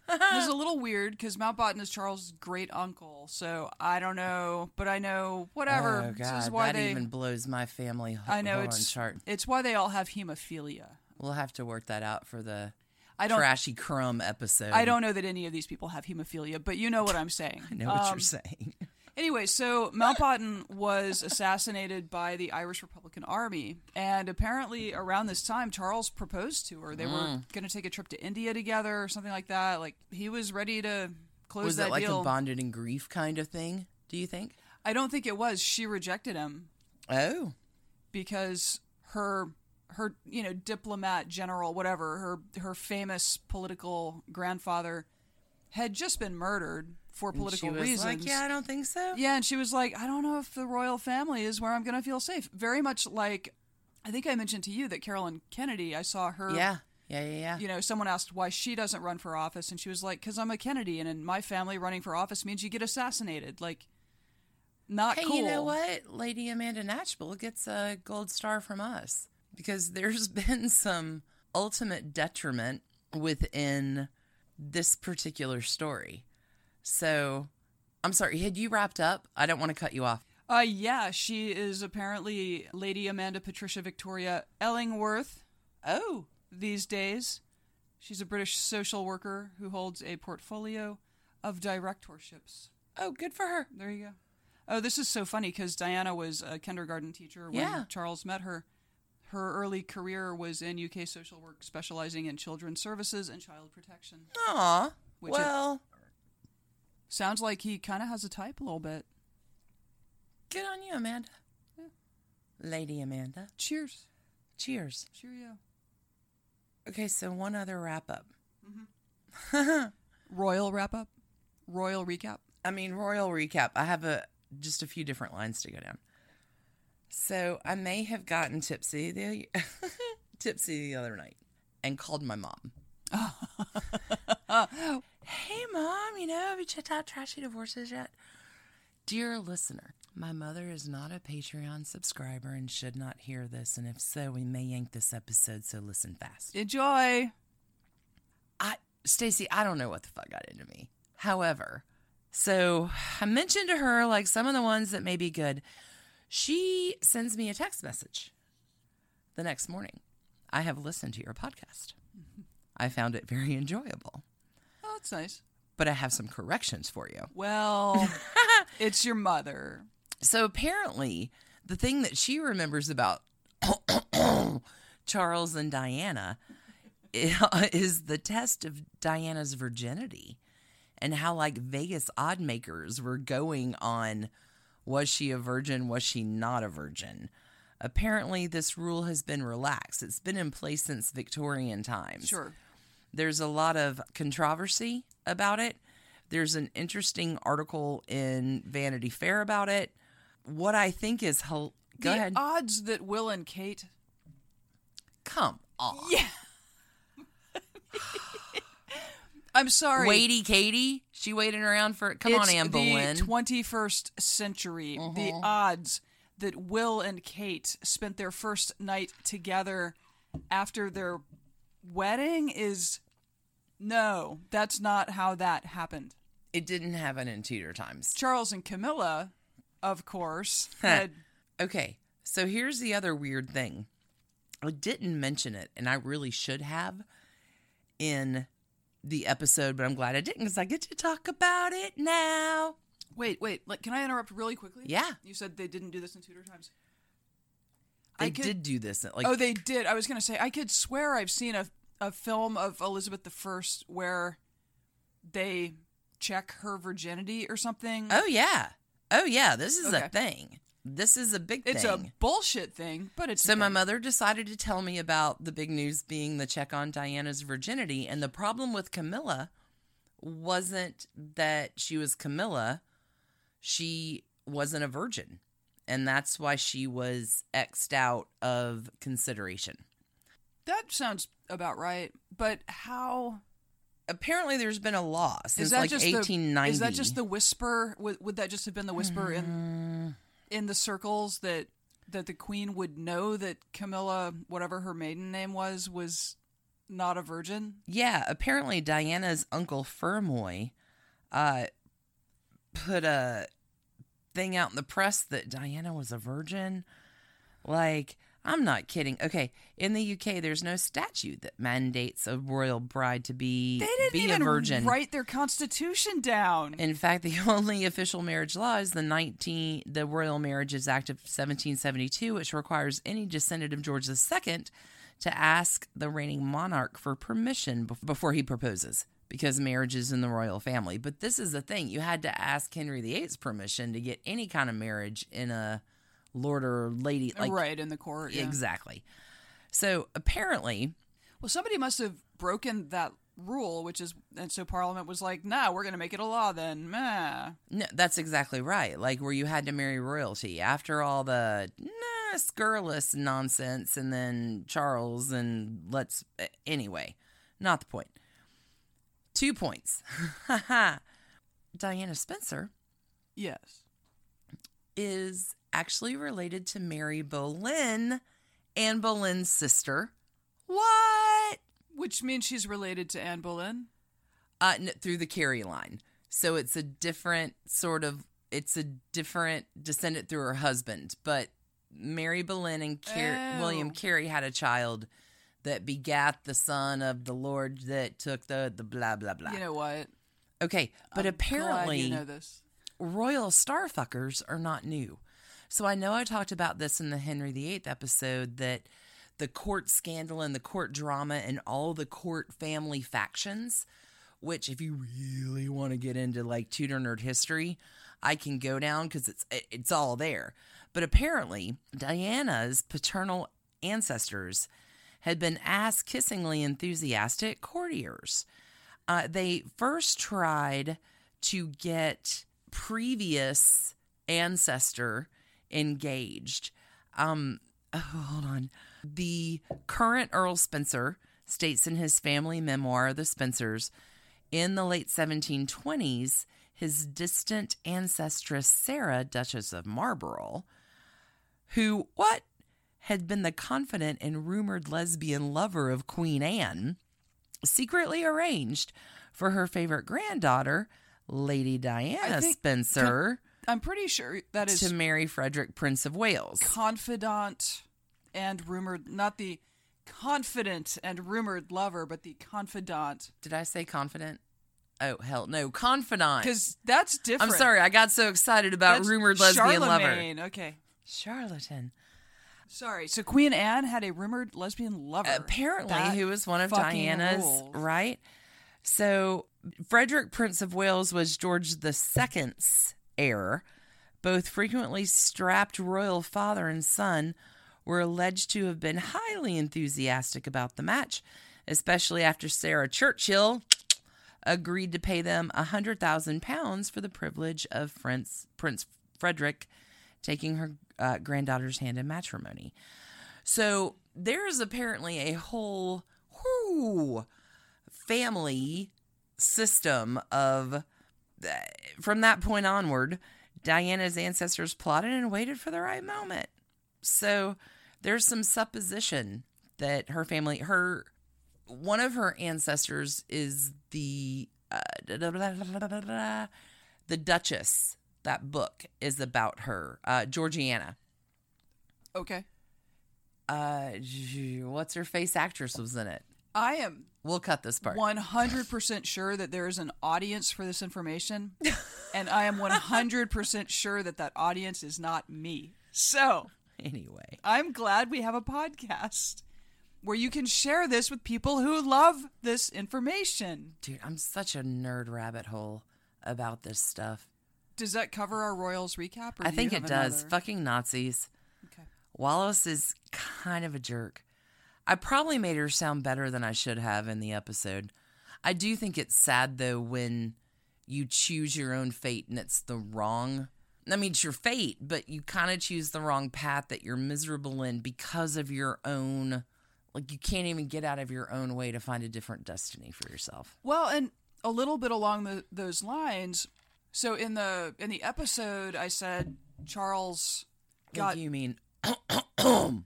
Speaker 1: It was a little weird because Mountbatten is Charles' great uncle, so I don't know, but I know whatever.
Speaker 2: Oh,
Speaker 1: this is
Speaker 2: God.
Speaker 1: why
Speaker 2: that
Speaker 1: they.
Speaker 2: even blows my family.
Speaker 1: I know
Speaker 2: horn
Speaker 1: it's
Speaker 2: chart.
Speaker 1: it's why they all have hemophilia.
Speaker 2: We'll have to work that out for the
Speaker 1: I don't.
Speaker 2: trashy crumb episode.
Speaker 1: I don't know that any of these people have hemophilia, but you know what I'm saying.
Speaker 2: I know what
Speaker 1: Um,
Speaker 2: you're saying.
Speaker 1: Anyway, so Mountbatten was assassinated by the Irish Republican Army, and apparently around this time, Charles proposed to her. They were
Speaker 2: Mm.
Speaker 1: going to take a trip to India together or something like that. Like he was ready to close
Speaker 2: Was
Speaker 1: that
Speaker 2: it like
Speaker 1: deal.
Speaker 2: a bonded in grief kind of thing? Do you think?
Speaker 1: I don't think it was. She rejected him
Speaker 2: Oh,
Speaker 1: because her her you know diplomat general whatever her her famous political grandfather had just been murdered for political
Speaker 2: she was
Speaker 1: reasons.
Speaker 2: Like, yeah, I don't think so.
Speaker 1: Yeah, and she was like, I don't know if the royal family is where I'm going to feel safe. Very much like I think I mentioned to you that Carolyn Kennedy, I saw her.
Speaker 2: yeah, yeah, yeah. yeah.
Speaker 1: You know, someone asked why she doesn't run for office, and she was like, because I'm a Kennedy, and in my family, running for office means you get assassinated. Like, not
Speaker 2: Hey,
Speaker 1: cool.
Speaker 2: you know what? Lady Amanda Natchbull gets a gold star from us because there's been some ultimate detriment within this particular story. So, I'm sorry. Had you wrapped up? I don't want to cut you off.
Speaker 1: Uh, yeah, she is apparently Lady Amanda Patricia Victoria Ellingworth
Speaker 2: Oh,
Speaker 1: these days. She's a British social worker who holds a portfolio of directorships.
Speaker 2: oh, good for her.
Speaker 1: There you go. Oh, this is so funny because Diana was a kindergarten teacher when
Speaker 2: Yeah.
Speaker 1: Charles met her. Her early career was in UK social work, specializing in children's services and child protection.
Speaker 2: Aw.
Speaker 1: Which is-
Speaker 2: well,
Speaker 1: Sounds like he kind of has a type a little bit.
Speaker 2: good on you, Amanda. Lady Amanda.
Speaker 1: Cheers.
Speaker 2: Cheers.
Speaker 1: Cheerio.
Speaker 2: Okay, so one other wrap up.
Speaker 1: Royal wrap up. Royal recap.
Speaker 2: I mean, royal recap. I have a just a few different lines to go down. So I may have gotten tipsy the tipsy the other night and called my mom. hey mom, you know, have you checked out Trashy Divorces yet? Dear listener, my mother is not a Patreon subscriber and should not hear this, and if so, we may yank this episode, so listen fast.
Speaker 1: Enjoy.
Speaker 2: I Stacy, I don't know what the fuck got into me. However, so I mentioned to her like some of the ones that may be good. She sends me a text message the next morning. I have listened to your podcast. I found it very enjoyable,
Speaker 1: Oh, that's nice.
Speaker 2: but I have some corrections for you.
Speaker 1: Well, it's your mother.
Speaker 2: So apparently, the thing that she remembers about Charles and Diana i- is the test of Diana's virginity and how, like, Vegas odd makers were going on was she a virgin, was she not a virgin? Apparently, this rule has been relaxed. It's been in place since Victorian times
Speaker 1: Sure.
Speaker 2: there's a lot of controversy about it. There's an interesting article in Vanity Fair about it. What I think is hel- go
Speaker 1: the
Speaker 2: ahead.
Speaker 1: odds that Will and Kate
Speaker 2: Come on.
Speaker 1: Yeah. I'm sorry.
Speaker 2: Waity Katie, she waited around for it. Come
Speaker 1: it's
Speaker 2: on, Anne Boleyn.
Speaker 1: The 21st century. The
Speaker 2: Mm-hmm.
Speaker 1: odds that Will and Kate spent their first night together after their wedding is no, that's not how that happened.
Speaker 2: it didn't happen in Tudor times.
Speaker 1: Charles and Camilla, of course, had
Speaker 2: Okay, so here's the other weird thing. I didn't mention it, and I really should have in the episode, but I'm glad I didn't because I get to talk about it now.
Speaker 1: Wait, wait. Like, can I interrupt really quickly?
Speaker 2: Yeah.
Speaker 1: You said they didn't do this in Tudor times.
Speaker 2: They
Speaker 1: I could-
Speaker 2: did do this. Like,
Speaker 1: oh, they did. I was going to say I could swear I've seen a a film of Elizabeth I where they check her virginity or something.
Speaker 2: Oh yeah. Oh yeah, this is
Speaker 1: Mm-hmm. Okay.
Speaker 2: a thing. This is a big
Speaker 1: it's
Speaker 2: thing.
Speaker 1: a bullshit thing, but it's
Speaker 2: so
Speaker 1: a
Speaker 2: my
Speaker 1: thing.
Speaker 2: mother decided to tell me about the big news being the check on Diana's virginity and the problem with Camilla wasn't that she was Camilla, she wasn't a virgin. And that's why she was xed out of consideration.
Speaker 1: that sounds about right. But how
Speaker 2: Apparently there's been a law since
Speaker 1: is that
Speaker 2: like
Speaker 1: just
Speaker 2: 1890.
Speaker 1: the is that just the whisper? Would, would that just have been the whisper in
Speaker 2: Hmm.
Speaker 1: in the circles that that the queen would know that Camilla, whatever her maiden name was, was not a virgin?
Speaker 2: Yeah, apparently Diana's uncle Fermoy uh, put a thing out in the press that Diana was a virgin. Like, I'm not kidding. Okay, in the UK, there's no statute that mandates a royal bride to be
Speaker 1: They didn't
Speaker 2: be
Speaker 1: even
Speaker 2: a virgin.
Speaker 1: write their constitution down.
Speaker 2: In fact, the only official marriage law is the 19 the Royal Marriages Act of 1772, which requires any descendant of George II to ask the reigning monarch for permission bef- before he proposes because marriage is in the royal family. But this is the thing, you had to ask Henry VIII's permission to get any kind of marriage in a lord or lady like
Speaker 1: right in the court. Yeah.
Speaker 2: exactly. So, apparently,
Speaker 1: Well, somebody must have broken that rule, which is, and so Parliament was like, "Nah, we're going to make it a law then." Meh.
Speaker 2: No, that's exactly right. Like where you had to marry royalty after all the nah, scurrilous nonsense, and then Charles, and let's eh, anyway. Not the point. Two points. Diana Spencer
Speaker 1: Yes.
Speaker 2: is actually related to Mary Boleyn and Boleyn's sister. What?
Speaker 1: Which means she's related to Anne Boleyn.
Speaker 2: Uh, n- through the Carey line. So it's a different sort of, it's a different descendant through her husband. But Mary Boleyn and Car-
Speaker 1: Oh.
Speaker 2: William Carey had a child that begat the son of the Lord that took the, the blah, blah, blah.
Speaker 1: You know what?
Speaker 2: okay. But
Speaker 1: I'm glad
Speaker 2: apparently,
Speaker 1: you know this.
Speaker 2: royal starfuckers are not new. So I know I talked about this in the Henry VIII episode that the court scandal and the court drama and all the court family factions, which if you really want to get into like Tudor nerd history, I can go down because it's it- it's all there. But apparently, Diana's paternal ancestors had been ass kissingly enthusiastic courtiers uh, they first tried to get previous ancestor engaged. Um, oh, hold on. The current Earl Spencer states in his family memoir, The Spencers, in the late 1720s, his distant ancestress Sarah, Duchess of Marlborough, who, what, had been the confidant and rumored lesbian lover of Queen Anne, secretly arranged for her favorite granddaughter, Lady Diana
Speaker 1: I think-
Speaker 2: Spencer,
Speaker 1: I'm pretty sure that is
Speaker 2: to marry Frederick, Prince of Wales.
Speaker 1: confidant and rumored, not the confident and rumored lover, but the confidant,
Speaker 2: Did I say confident? Oh, hell no. Confidant.
Speaker 1: because that's
Speaker 2: I'm
Speaker 1: different.
Speaker 2: sorry, I got so excited about
Speaker 1: That's
Speaker 2: rumored lesbian lover.
Speaker 1: Charlemagne. Okay.
Speaker 2: Charlatan.
Speaker 1: Sorry. So Queen Anne had a rumored lesbian lover.
Speaker 2: Apparently,
Speaker 1: That
Speaker 2: who was one of
Speaker 1: fucking
Speaker 2: Diana's,
Speaker 1: rules.
Speaker 2: right? So, Frederick, Prince of Wales, was George II's heir. Both frequently strapped royal father and son were alleged to have been highly enthusiastic about the match, especially after Sarah Churchill agreed to pay them a hundred thousand pounds for the privilege of Prince Prince Frederick taking her uh, granddaughter's hand in matrimony. So there is apparently a whole whoo, family system of uh, from that point onward, Diana's ancestors plotted and waited for the right moment. So there's some supposition that her family, her one of her ancestors is the uh, da- da- da- da- da- da- da- the Duchess. That book is about her, uh, Georgiana.
Speaker 1: Okay.
Speaker 2: Uh, what's her face actress was in it?
Speaker 1: I am
Speaker 2: We'll cut this part.
Speaker 1: 100% sure that there is an audience for this information, and I am 100% sure that that audience is not me. So
Speaker 2: Anyway,
Speaker 1: I'm glad we have a podcast where you can share this with people who love this information.
Speaker 2: dude, I'm such a nerd rabbit hole about this stuff.
Speaker 1: Does that cover our Royals recap? Or do
Speaker 2: I
Speaker 1: you
Speaker 2: think it
Speaker 1: have
Speaker 2: does.
Speaker 1: another?
Speaker 2: Fucking Nazis.
Speaker 1: Okay.
Speaker 2: Wallace is kind of a jerk. I probably made her sound better than I should have in the episode. I do think it's sad though when you choose your own fate and it's the wrong. I mean, it's your fate, but you kind of choose the wrong path that you're miserable in because of your own. Like, you can't even get out of your own way to find a different destiny for yourself.
Speaker 1: Well, and a little bit along the, those lines. So in the in the episode, I said Charles
Speaker 2: Like,
Speaker 1: got
Speaker 2: you mean,
Speaker 1: No,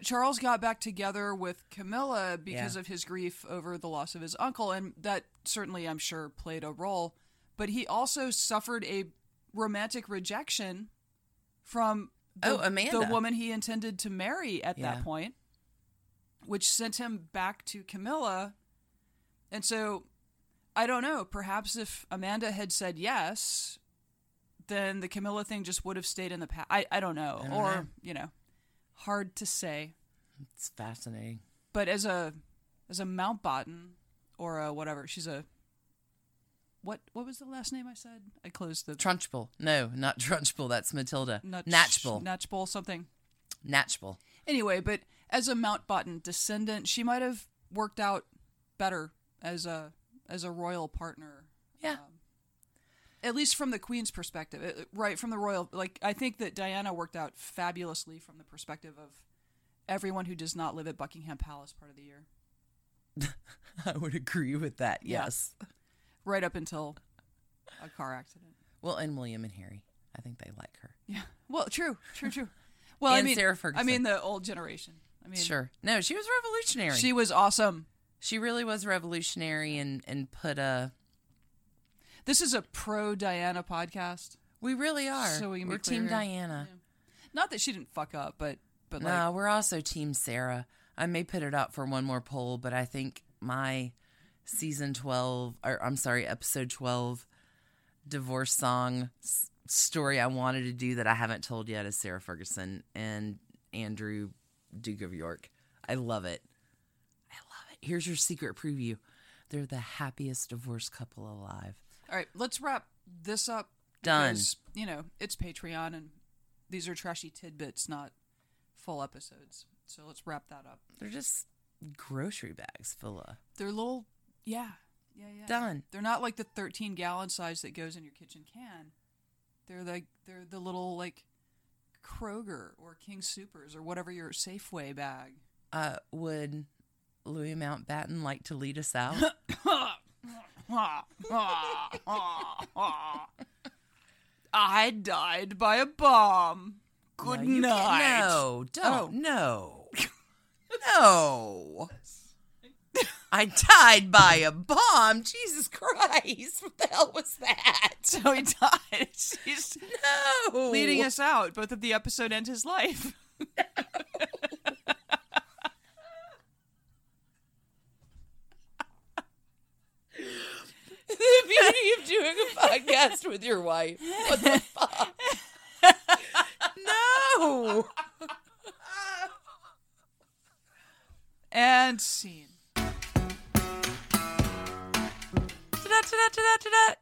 Speaker 1: Charles got back together with Camilla because
Speaker 2: Yeah.
Speaker 1: of his grief over the loss of his uncle, and that certainly, I'm sure, played a role. But he also suffered a romantic rejection from the,
Speaker 2: Oh, Amanda.
Speaker 1: the woman he intended to marry at
Speaker 2: Yeah.
Speaker 1: that point, which sent him back to Camilla. And so, I don't know. Perhaps if Amanda had said yes, then the Camilla thing just would have stayed in the past. I, I don't know.
Speaker 2: I don't
Speaker 1: or,
Speaker 2: know.
Speaker 1: you know, hard to say.
Speaker 2: It's fascinating.
Speaker 1: But as a as a Mountbatten or a whatever, she's a what what was the last name I said? I closed the
Speaker 2: Trunchbull. No, not Trunchbull. That's Matilda.
Speaker 1: Nutch-
Speaker 2: Natchbull.
Speaker 1: Natchbull something.
Speaker 2: Natchbull.
Speaker 1: Anyway, but as a Mountbatten descendant, she might have worked out better as a as a royal partner,
Speaker 2: Yeah.
Speaker 1: at least from the queen's perspective. It- it- right from the royal, like I think that Diana worked out fabulously from the perspective of everyone who does not live at Buckingham Palace part of the year,
Speaker 2: I would agree with that.
Speaker 1: Yeah.
Speaker 2: Yes.
Speaker 1: right up until a car accident.
Speaker 2: Well, and William and Harry. I think they like her.
Speaker 1: Yeah. Well, true, true, true. Well, I
Speaker 2: And
Speaker 1: mean,
Speaker 2: Sarah
Speaker 1: I
Speaker 2: Ferguson.
Speaker 1: mean the old generation. I mean,
Speaker 2: Sure. No, she was revolutionary.
Speaker 1: she was awesome.
Speaker 2: she really was revolutionary and and put a
Speaker 1: This is a pro Diana podcast.
Speaker 2: we really are.
Speaker 1: So we can be
Speaker 2: are
Speaker 1: clear
Speaker 2: team
Speaker 1: here.
Speaker 2: Diana.
Speaker 1: Not that she didn't fuck up, but but like
Speaker 2: no, we're also team Sarah. I may put it up for one more poll, but I think my season 12 or I'm sorry, episode 12 divorce song s- story I wanted to do that I haven't told yet is Sarah Ferguson and Andrew Duke of York. I love it. I love it. Here's your secret preview. They're the happiest divorced couple alive.
Speaker 1: All right, let's wrap this up.
Speaker 2: Done.
Speaker 1: because, You know, it's Patreon, and these are trashy tidbits, not full episodes. So let's wrap that up.
Speaker 2: They're just grocery bags full of.
Speaker 1: They're little, yeah, yeah, yeah.
Speaker 2: Done.
Speaker 1: They're not like the 13 gallon size that goes in your kitchen can. They're like they're the little like Kroger or King Supers or whatever your Safeway bag.
Speaker 2: Uh, would Louis Mountbatten like to lead us out?
Speaker 1: I died by a bomb. Good
Speaker 2: No, you can't-
Speaker 1: night.
Speaker 2: No, don't. No. no. I died by a bomb. Jesus Christ. What the hell was that?
Speaker 1: So he died. She's
Speaker 2: No.
Speaker 1: leading us out, both of the episode and his life.
Speaker 2: the beauty of doing a podcast with your wife. What the fuck? no.
Speaker 1: And scene.
Speaker 2: Ta-da, ta-da, ta-da, ta-da.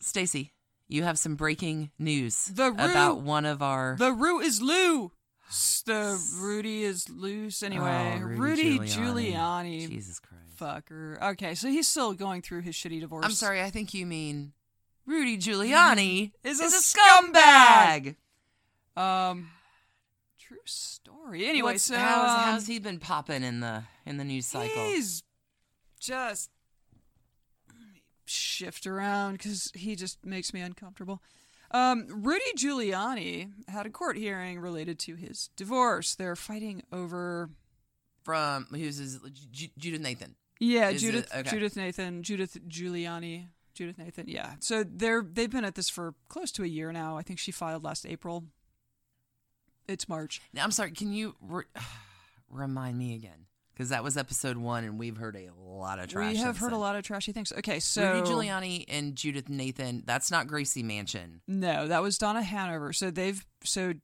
Speaker 2: Stacy, you have some breaking news
Speaker 1: The room-
Speaker 2: about one of our.
Speaker 1: The root is Lou. S- The Rudy is loose anyway.
Speaker 2: Oh,
Speaker 1: Rudy, Giuliani.
Speaker 2: Giuliani. Jesus Christ.
Speaker 1: Fucker. Okay, so he's still going through his shitty divorce.
Speaker 2: I'm sorry, I think you mean Rudy Giuliani
Speaker 1: Is
Speaker 2: is,
Speaker 1: a
Speaker 2: a, scumbag.
Speaker 1: Um, true story. Anyway,
Speaker 2: What's-
Speaker 1: so
Speaker 2: how's,
Speaker 1: um,
Speaker 2: how's he been popping in the in the news cycle?
Speaker 1: He's just shift around because he just makes me uncomfortable. Um, Rudy Giuliani had a court hearing related to his divorce. They're fighting over
Speaker 2: From who's his Ju- Judah Nathan?
Speaker 1: yeah
Speaker 2: Is it-
Speaker 1: Judith
Speaker 2: okay.
Speaker 1: Judith Nathan Judith Giuliani Judith Nathan yeah. So they're they've been at this for close to a year now. I think she filed last April. It's March.
Speaker 2: Now, I'm sorry. Can you re- remind me again? Because that was episode one, and we've heard a lot of trash.
Speaker 1: we have
Speaker 2: since
Speaker 1: heard a
Speaker 2: then.
Speaker 1: lot of trashy things. Okay, so
Speaker 2: Rudy Giuliani and Judith Nathan. That's not Gracie Mansion.
Speaker 1: No, that was Donna Hanover. So they've so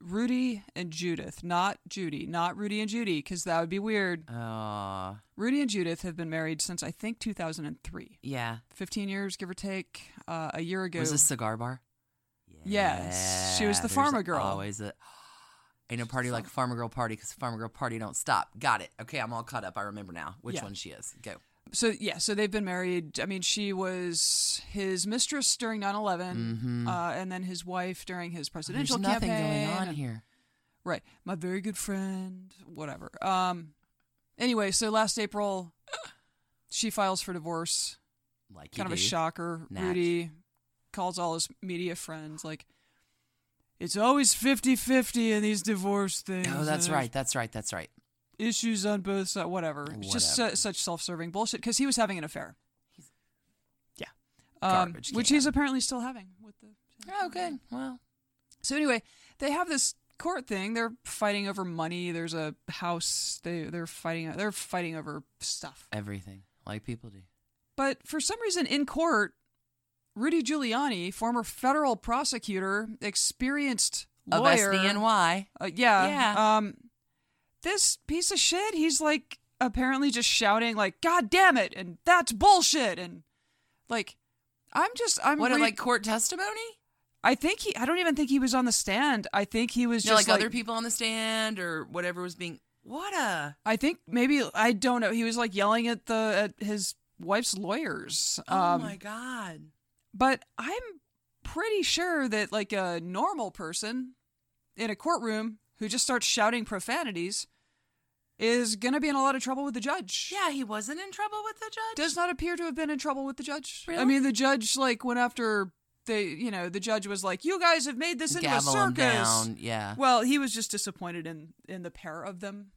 Speaker 1: Rudy and Judith, not Judy, not Rudy and Judy, because that would be weird.
Speaker 2: Uh,
Speaker 1: Rudy and Judith have been married since I think 2003,
Speaker 2: yeah.
Speaker 1: 15 years give or take. Uh, a year ago,
Speaker 2: Was this cigar bar?
Speaker 1: Yes. She was the
Speaker 2: there's
Speaker 1: farmer girl.
Speaker 2: Always a ain't a party like a farmer girl party because farmer girl party don't stop. Got it. Okay, I'm all caught up. I remember now which
Speaker 1: Yeah.
Speaker 2: one she is. Go.
Speaker 1: so yeah, so they've been married. I mean, she was his mistress during 9/11, uh, and then his wife during his
Speaker 2: Mm-hmm. There's
Speaker 1: presidential
Speaker 2: nothing
Speaker 1: campaign.
Speaker 2: going on here.
Speaker 1: Right. My very good friend, whatever. Um anyway, so last April she files for divorce.
Speaker 2: Like
Speaker 1: Kind of
Speaker 2: you
Speaker 1: a
Speaker 2: do.
Speaker 1: shocker.
Speaker 2: Natch.
Speaker 1: Rudy calls all his media friends like it's always 50-50 in these divorce things.
Speaker 2: Oh, that's
Speaker 1: and
Speaker 2: right. That's right. That's right.
Speaker 1: Issues on both sides, whatever. It's just su-
Speaker 2: Whatever.
Speaker 1: such self-serving bullshit because he was having an affair. Yeah. Um,
Speaker 2: Garbage
Speaker 1: which
Speaker 2: can.
Speaker 1: he's apparently still having with the
Speaker 2: Oh, good. Well,
Speaker 1: so anyway, they have this court thing. They're fighting over money. There's a house. They they're fighting. They're fighting over stuff.
Speaker 2: Everything, like people do.
Speaker 1: But for some reason, in court, Rudy Giuliani, former federal prosecutor, experienced
Speaker 2: Of
Speaker 1: lawyer,
Speaker 2: SDNY.
Speaker 1: uh, yeah,
Speaker 2: Yeah.
Speaker 1: Um, this piece of shit. He's like apparently just shouting like "God damn it!" and "That's bullshit!" and like I'm just I'm
Speaker 2: What,
Speaker 1: re-
Speaker 2: like court testimony?
Speaker 1: I think he I don't even think he was on the stand. I think he was
Speaker 2: No,
Speaker 1: just
Speaker 2: like, other people on the stand or whatever was being. What a.
Speaker 1: I think maybe I don't know. He was like yelling at the at his wife's lawyers.
Speaker 2: Oh
Speaker 1: um,
Speaker 2: my God.
Speaker 1: But I'm pretty sure that like a normal person in a courtroom who just starts shouting profanities is going to be in a lot of trouble with the judge.
Speaker 2: Yeah, he wasn't in trouble with the judge.
Speaker 1: Does not appear to have been in trouble with the judge. I
Speaker 2: Really?
Speaker 1: mean, the judge like went after they, you know, the judge was like, "You guys have made this into a
Speaker 2: Gavel him
Speaker 1: circus."
Speaker 2: down. Yeah.
Speaker 1: Well, he was just disappointed in in the pair of them.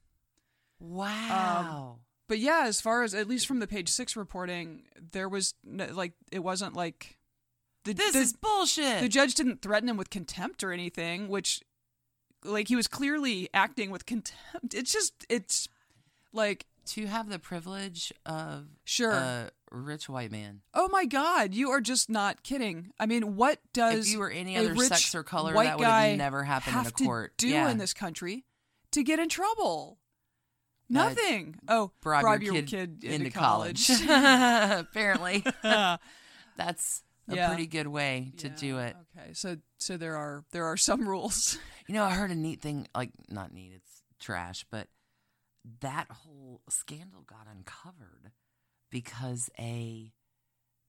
Speaker 2: um, Wow.
Speaker 1: But yeah, as far as at least from the page six reporting, there was no, like it wasn't like the,
Speaker 2: this
Speaker 1: the,
Speaker 2: is bullshit.
Speaker 1: the judge didn't threaten him with contempt or anything, which like he was clearly acting with contempt. It's just it's like
Speaker 2: to have the privilege of
Speaker 1: Sure.
Speaker 2: a rich white man.
Speaker 1: oh my god, you are just not kidding. I mean, what does
Speaker 2: If you were any
Speaker 1: a
Speaker 2: other
Speaker 1: rich
Speaker 2: sex or color,
Speaker 1: white
Speaker 2: that would have
Speaker 1: guy
Speaker 2: never happened in
Speaker 1: have
Speaker 2: a court.
Speaker 1: To do
Speaker 2: Yeah.
Speaker 1: in this country to get in trouble.
Speaker 2: Uh,
Speaker 1: Nothing. oh,
Speaker 2: bribe, your, kid, into, college. Apparently, that's a
Speaker 1: Yeah.
Speaker 2: pretty good way to
Speaker 1: Yeah,
Speaker 2: do it.
Speaker 1: Okay, so so there are there are some rules.
Speaker 2: You know, I heard a neat thing. Like, not neat. It's trash, but that whole scandal got uncovered because a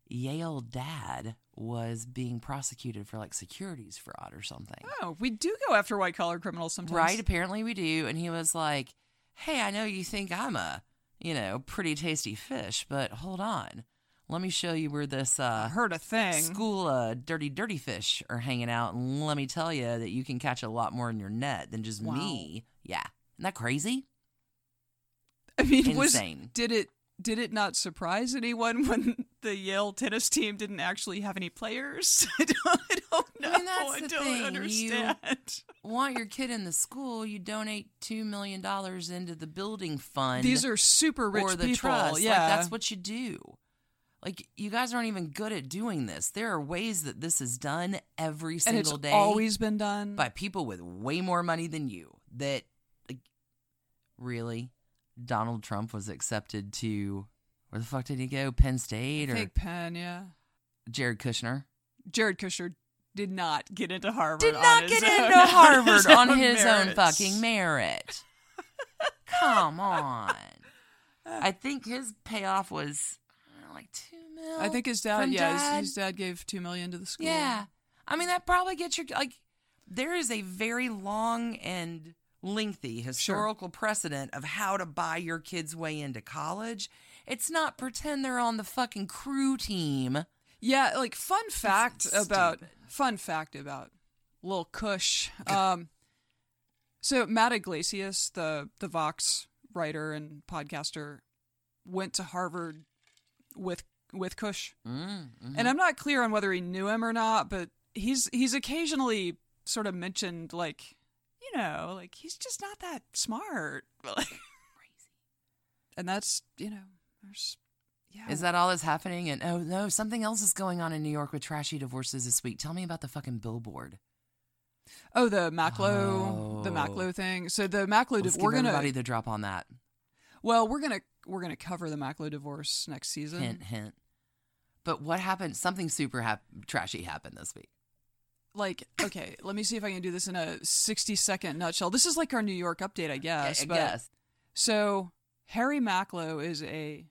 Speaker 2: Yale dad was being prosecuted for like securities fraud or something.
Speaker 1: Oh, we do go after white collar criminals sometimes.
Speaker 2: Right, apparently we do. And he was like, Hey, I know you think I'm a, you know, pretty tasty fish, but hold on. Let me show you where this
Speaker 1: I
Speaker 2: uh
Speaker 1: heard a thing.
Speaker 2: school uh dirty dirty fish are hanging out and let me tell you that you can catch a lot more in your net than just
Speaker 1: Wow.
Speaker 2: me. Yeah. Isn't that crazy?
Speaker 1: I mean, was
Speaker 2: Insane.
Speaker 1: did it did it not surprise anyone when the Yale tennis team didn't actually have any players? I don't, I don't know.
Speaker 2: I mean, that's the
Speaker 1: don't
Speaker 2: thing. You-
Speaker 1: understand.
Speaker 2: Want your kid in the school, you donate two million dollars into the building fund.
Speaker 1: These are super rich
Speaker 2: or the
Speaker 1: people.
Speaker 2: trust.
Speaker 1: Yeah,
Speaker 2: Like that's what you do. Like you guys aren't even good at doing this. There are ways that this is done every
Speaker 1: and
Speaker 2: single
Speaker 1: it's
Speaker 2: day
Speaker 1: always been done.
Speaker 2: by people with way more money than you. That like, really, Donald Trump was accepted to where the fuck did he go? Penn State or
Speaker 1: Big Penn, yeah.
Speaker 2: Jared Kushner?
Speaker 1: Jared Kushner did not get into Harvard.
Speaker 2: Did
Speaker 1: on
Speaker 2: not
Speaker 1: his
Speaker 2: get
Speaker 1: own-
Speaker 2: into
Speaker 1: on
Speaker 2: Harvard
Speaker 1: his
Speaker 2: on
Speaker 1: own
Speaker 2: his own
Speaker 1: merits.
Speaker 2: fucking merit. Come on. I think his payoff was I don't know, like two mil.
Speaker 1: I think his dad,
Speaker 2: from
Speaker 1: yeah, his-
Speaker 2: dad.
Speaker 1: His, dad gave two million to the school.
Speaker 2: Yeah. I mean, that probably gets your, like, there is a very long and lengthy historical precedent of how to buy your kids' way into college. It's not pretend they're on the fucking crew team.
Speaker 1: Yeah, like fun fact
Speaker 2: That's
Speaker 1: about
Speaker 2: stupid.
Speaker 1: fun fact about Lil Kush. Um, so Matt Iglesias, the the Vox writer and podcaster, went to Harvard with with Kush,
Speaker 2: Mm, mm-hmm.
Speaker 1: and I'm not clear on whether he knew him or not, but he's he's occasionally sort of mentioned like you know like he's just not that smart, like, and that's you know there's yeah
Speaker 2: Is that all that's happening? And oh no, something else is going on in New York with trashy divorces this week. Tell me about the fucking billboard.
Speaker 1: Oh, the Maclo, the
Speaker 2: Oh.
Speaker 1: Maclo thing. So the Maclo,
Speaker 2: Let's
Speaker 1: div-
Speaker 2: give
Speaker 1: we're gonna,
Speaker 2: everybody the drop on that.
Speaker 1: well, we're gonna, we're gonna cover the Maclo divorce next season.
Speaker 2: Hint, hint. But what happened? Something super hap- trashy happened this week.
Speaker 1: Like, okay, let me see if I can do this in a sixty-second nutshell. This is like our New York update, I guess.
Speaker 2: I- I
Speaker 1: but-
Speaker 2: guess.
Speaker 1: So Harry Maclow is a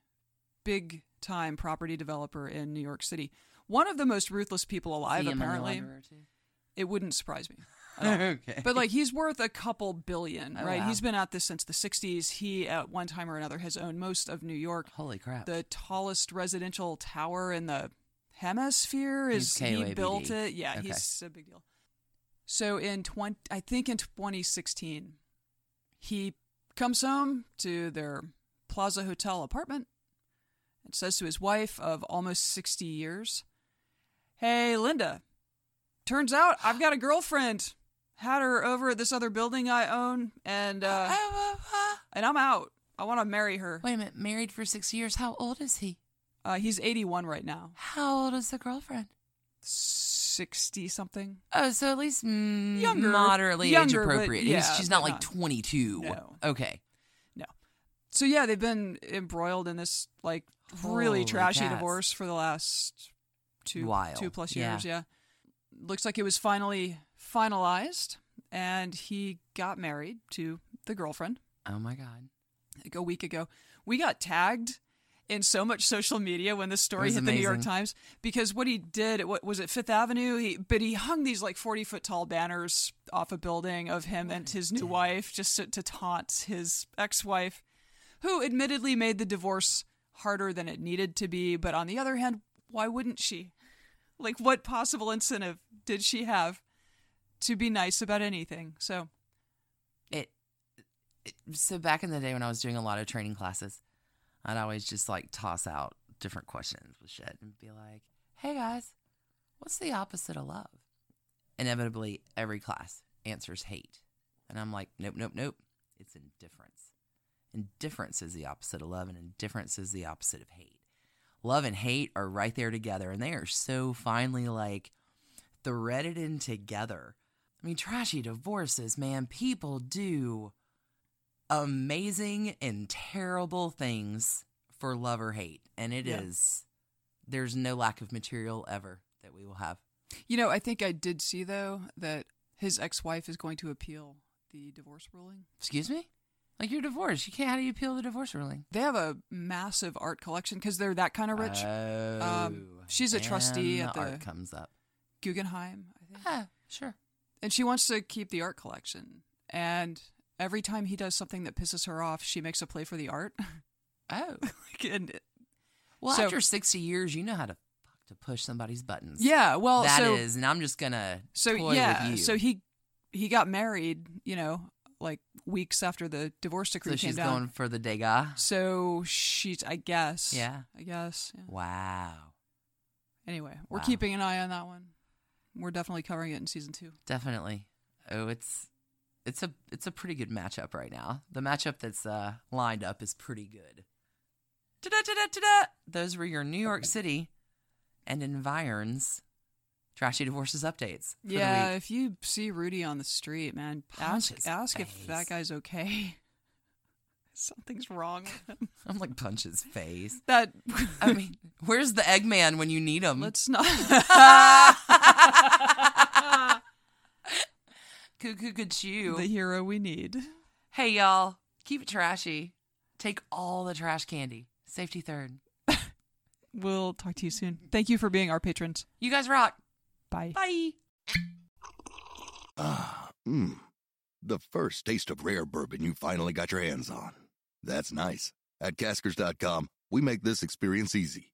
Speaker 1: big-time property developer in New York City. One of the most ruthless people alive,
Speaker 2: See him in the
Speaker 1: apparently.
Speaker 2: Wanderer, too?
Speaker 1: It wouldn't surprise me.
Speaker 2: okay.
Speaker 1: but like he's worth a couple billion,
Speaker 2: Oh,
Speaker 1: right?
Speaker 2: wow.
Speaker 1: He's been at this since the 60s. He at one time or another has owned most of New York.
Speaker 2: Holy crap.
Speaker 1: the tallest residential tower in the hemisphere
Speaker 2: He's
Speaker 1: is he
Speaker 2: KOABD.
Speaker 1: built it yeah
Speaker 2: Okay.
Speaker 1: he's a big deal so in 20 i think in 2016 he comes home to their plaza hotel apartment and says to his wife of almost 60 years hey linda turns out i've got a girlfriend had her over at this other building I own, and uh,
Speaker 2: Oh, uh, uh,
Speaker 1: and I'm out. I want to marry her.
Speaker 2: wait a minute. Married for six years. How old is he?
Speaker 1: Uh, he's 81 right now,
Speaker 2: How old is the girlfriend?
Speaker 1: 60 something.
Speaker 2: Oh, so at least mm,
Speaker 1: Younger.
Speaker 2: moderately
Speaker 1: Younger,
Speaker 2: age
Speaker 1: but
Speaker 2: appropriate. He's-
Speaker 1: yeah,
Speaker 2: she's not
Speaker 1: but
Speaker 2: like
Speaker 1: not-
Speaker 2: 22.
Speaker 1: No.
Speaker 2: Okay.
Speaker 1: So yeah, they've been embroiled in this like really
Speaker 2: Holy
Speaker 1: trashy
Speaker 2: cats.
Speaker 1: divorce for the last two
Speaker 2: While.
Speaker 1: two plus
Speaker 2: Yeah.
Speaker 1: years. Yeah. looks like it was finally finalized, and he got married to the girlfriend
Speaker 2: Oh my God.
Speaker 1: like a week ago. We got tagged in so much social media when this story
Speaker 2: was
Speaker 1: hit the New York
Speaker 2: amazing.
Speaker 1: Times because what he did, what was it, Fifth Avenue? He, but he hung these like forty foot tall banners off a building of him and his new wife just to, to taunt his ex wife, who admittedly made the divorce harder than it needed to be. But on the other hand, why wouldn't she? Like, what possible incentive did she have to be nice about anything? So,
Speaker 2: It, it. So back in the day when I was doing a lot of training classes, I'd always just like toss out different questions with shit and be like, hey guys, what's the opposite of love? Inevitably, every class answers hate. And I'm like, nope, nope, nope. It's indifference. Indifference is the opposite of love, and indifference is the opposite of hate. Love and hate are right there together, and they are so finely like threaded in together. I mean, trashy divorces, man, people do amazing and terrible things for love or hate. And it is
Speaker 1: Yeah.
Speaker 2: there's no lack of material ever that we will have.
Speaker 1: You know, I think I did see though that his ex-wife is going to appeal the divorce ruling.
Speaker 2: Excuse me? Like you're divorced. You can't how do you appeal the divorce ruling?
Speaker 1: They have a massive art collection because they're that kind of rich. Um,
Speaker 2: Oh,
Speaker 1: she's a trustee
Speaker 2: and
Speaker 1: at
Speaker 2: the art
Speaker 1: the-
Speaker 2: comes up.
Speaker 1: Guggenheim, I think.
Speaker 2: Ah, sure.
Speaker 1: And she wants to keep the art collection. And every time he does something that pisses her off, she makes a play for the art.
Speaker 2: Oh.
Speaker 1: Like, and
Speaker 2: Well,
Speaker 1: So-
Speaker 2: after 60 years, you know how to fuck to push somebody's buttons.
Speaker 1: yeah, well,
Speaker 2: That
Speaker 1: so
Speaker 2: is, and I'm just going to
Speaker 1: so
Speaker 2: toy
Speaker 1: yeah,
Speaker 2: with you.
Speaker 1: so he he got married, you know, like weeks after the divorce decree
Speaker 2: So
Speaker 1: came
Speaker 2: she's
Speaker 1: down.
Speaker 2: going for the Degas.
Speaker 1: so she's, I guess.
Speaker 2: Yeah.
Speaker 1: I guess. Yeah.
Speaker 2: Wow.
Speaker 1: Anyway, we're
Speaker 2: Wow.
Speaker 1: keeping an eye on that one. We're definitely covering it in season two.
Speaker 2: Definitely. Oh, it's it's a it's a pretty good matchup right now. The matchup that's uh, lined up is pretty good. Da-da, da-da, da-da. Those were your New York City and environs trashy divorces updates. For
Speaker 1: yeah,
Speaker 2: the week.
Speaker 1: if you see Rudy on the street, man,
Speaker 2: Punch
Speaker 1: ask
Speaker 2: his
Speaker 1: ask if
Speaker 2: face.
Speaker 1: that guy's okay. Something's wrong with him.
Speaker 2: I'm like punch his face.
Speaker 1: That
Speaker 2: I mean, where's the Eggman when you need him?
Speaker 1: let's not.
Speaker 2: Cuckoo, could you?
Speaker 1: the hero we need.
Speaker 2: Hey, y'all, keep it trashy. Take all the trash candy. Safety third.
Speaker 1: We'll talk to you soon. Thank you for being our patrons.
Speaker 2: You guys rock.
Speaker 1: Bye.
Speaker 2: Bye.
Speaker 3: Ah, mmm. The first taste of rare bourbon you finally got your hands on. That's nice. At caskers.com, we make this experience easy.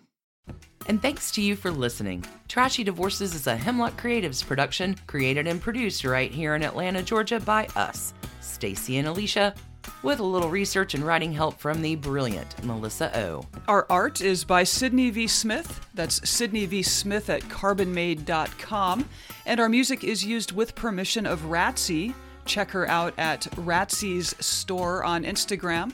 Speaker 2: And thanks to you for listening. Trashy Divorces is a Hemlock Creatives production, created and produced right here in Atlanta, Georgia by us, Stacy and Alicia, with a little research and writing help from the brilliant Melissa O.
Speaker 1: Our art is by Sydney V. Smith. That's Sydney V. Smith at carbonmade.com. And our music is used with permission of Ratsy. Check her out at Ratsy's store on Instagram.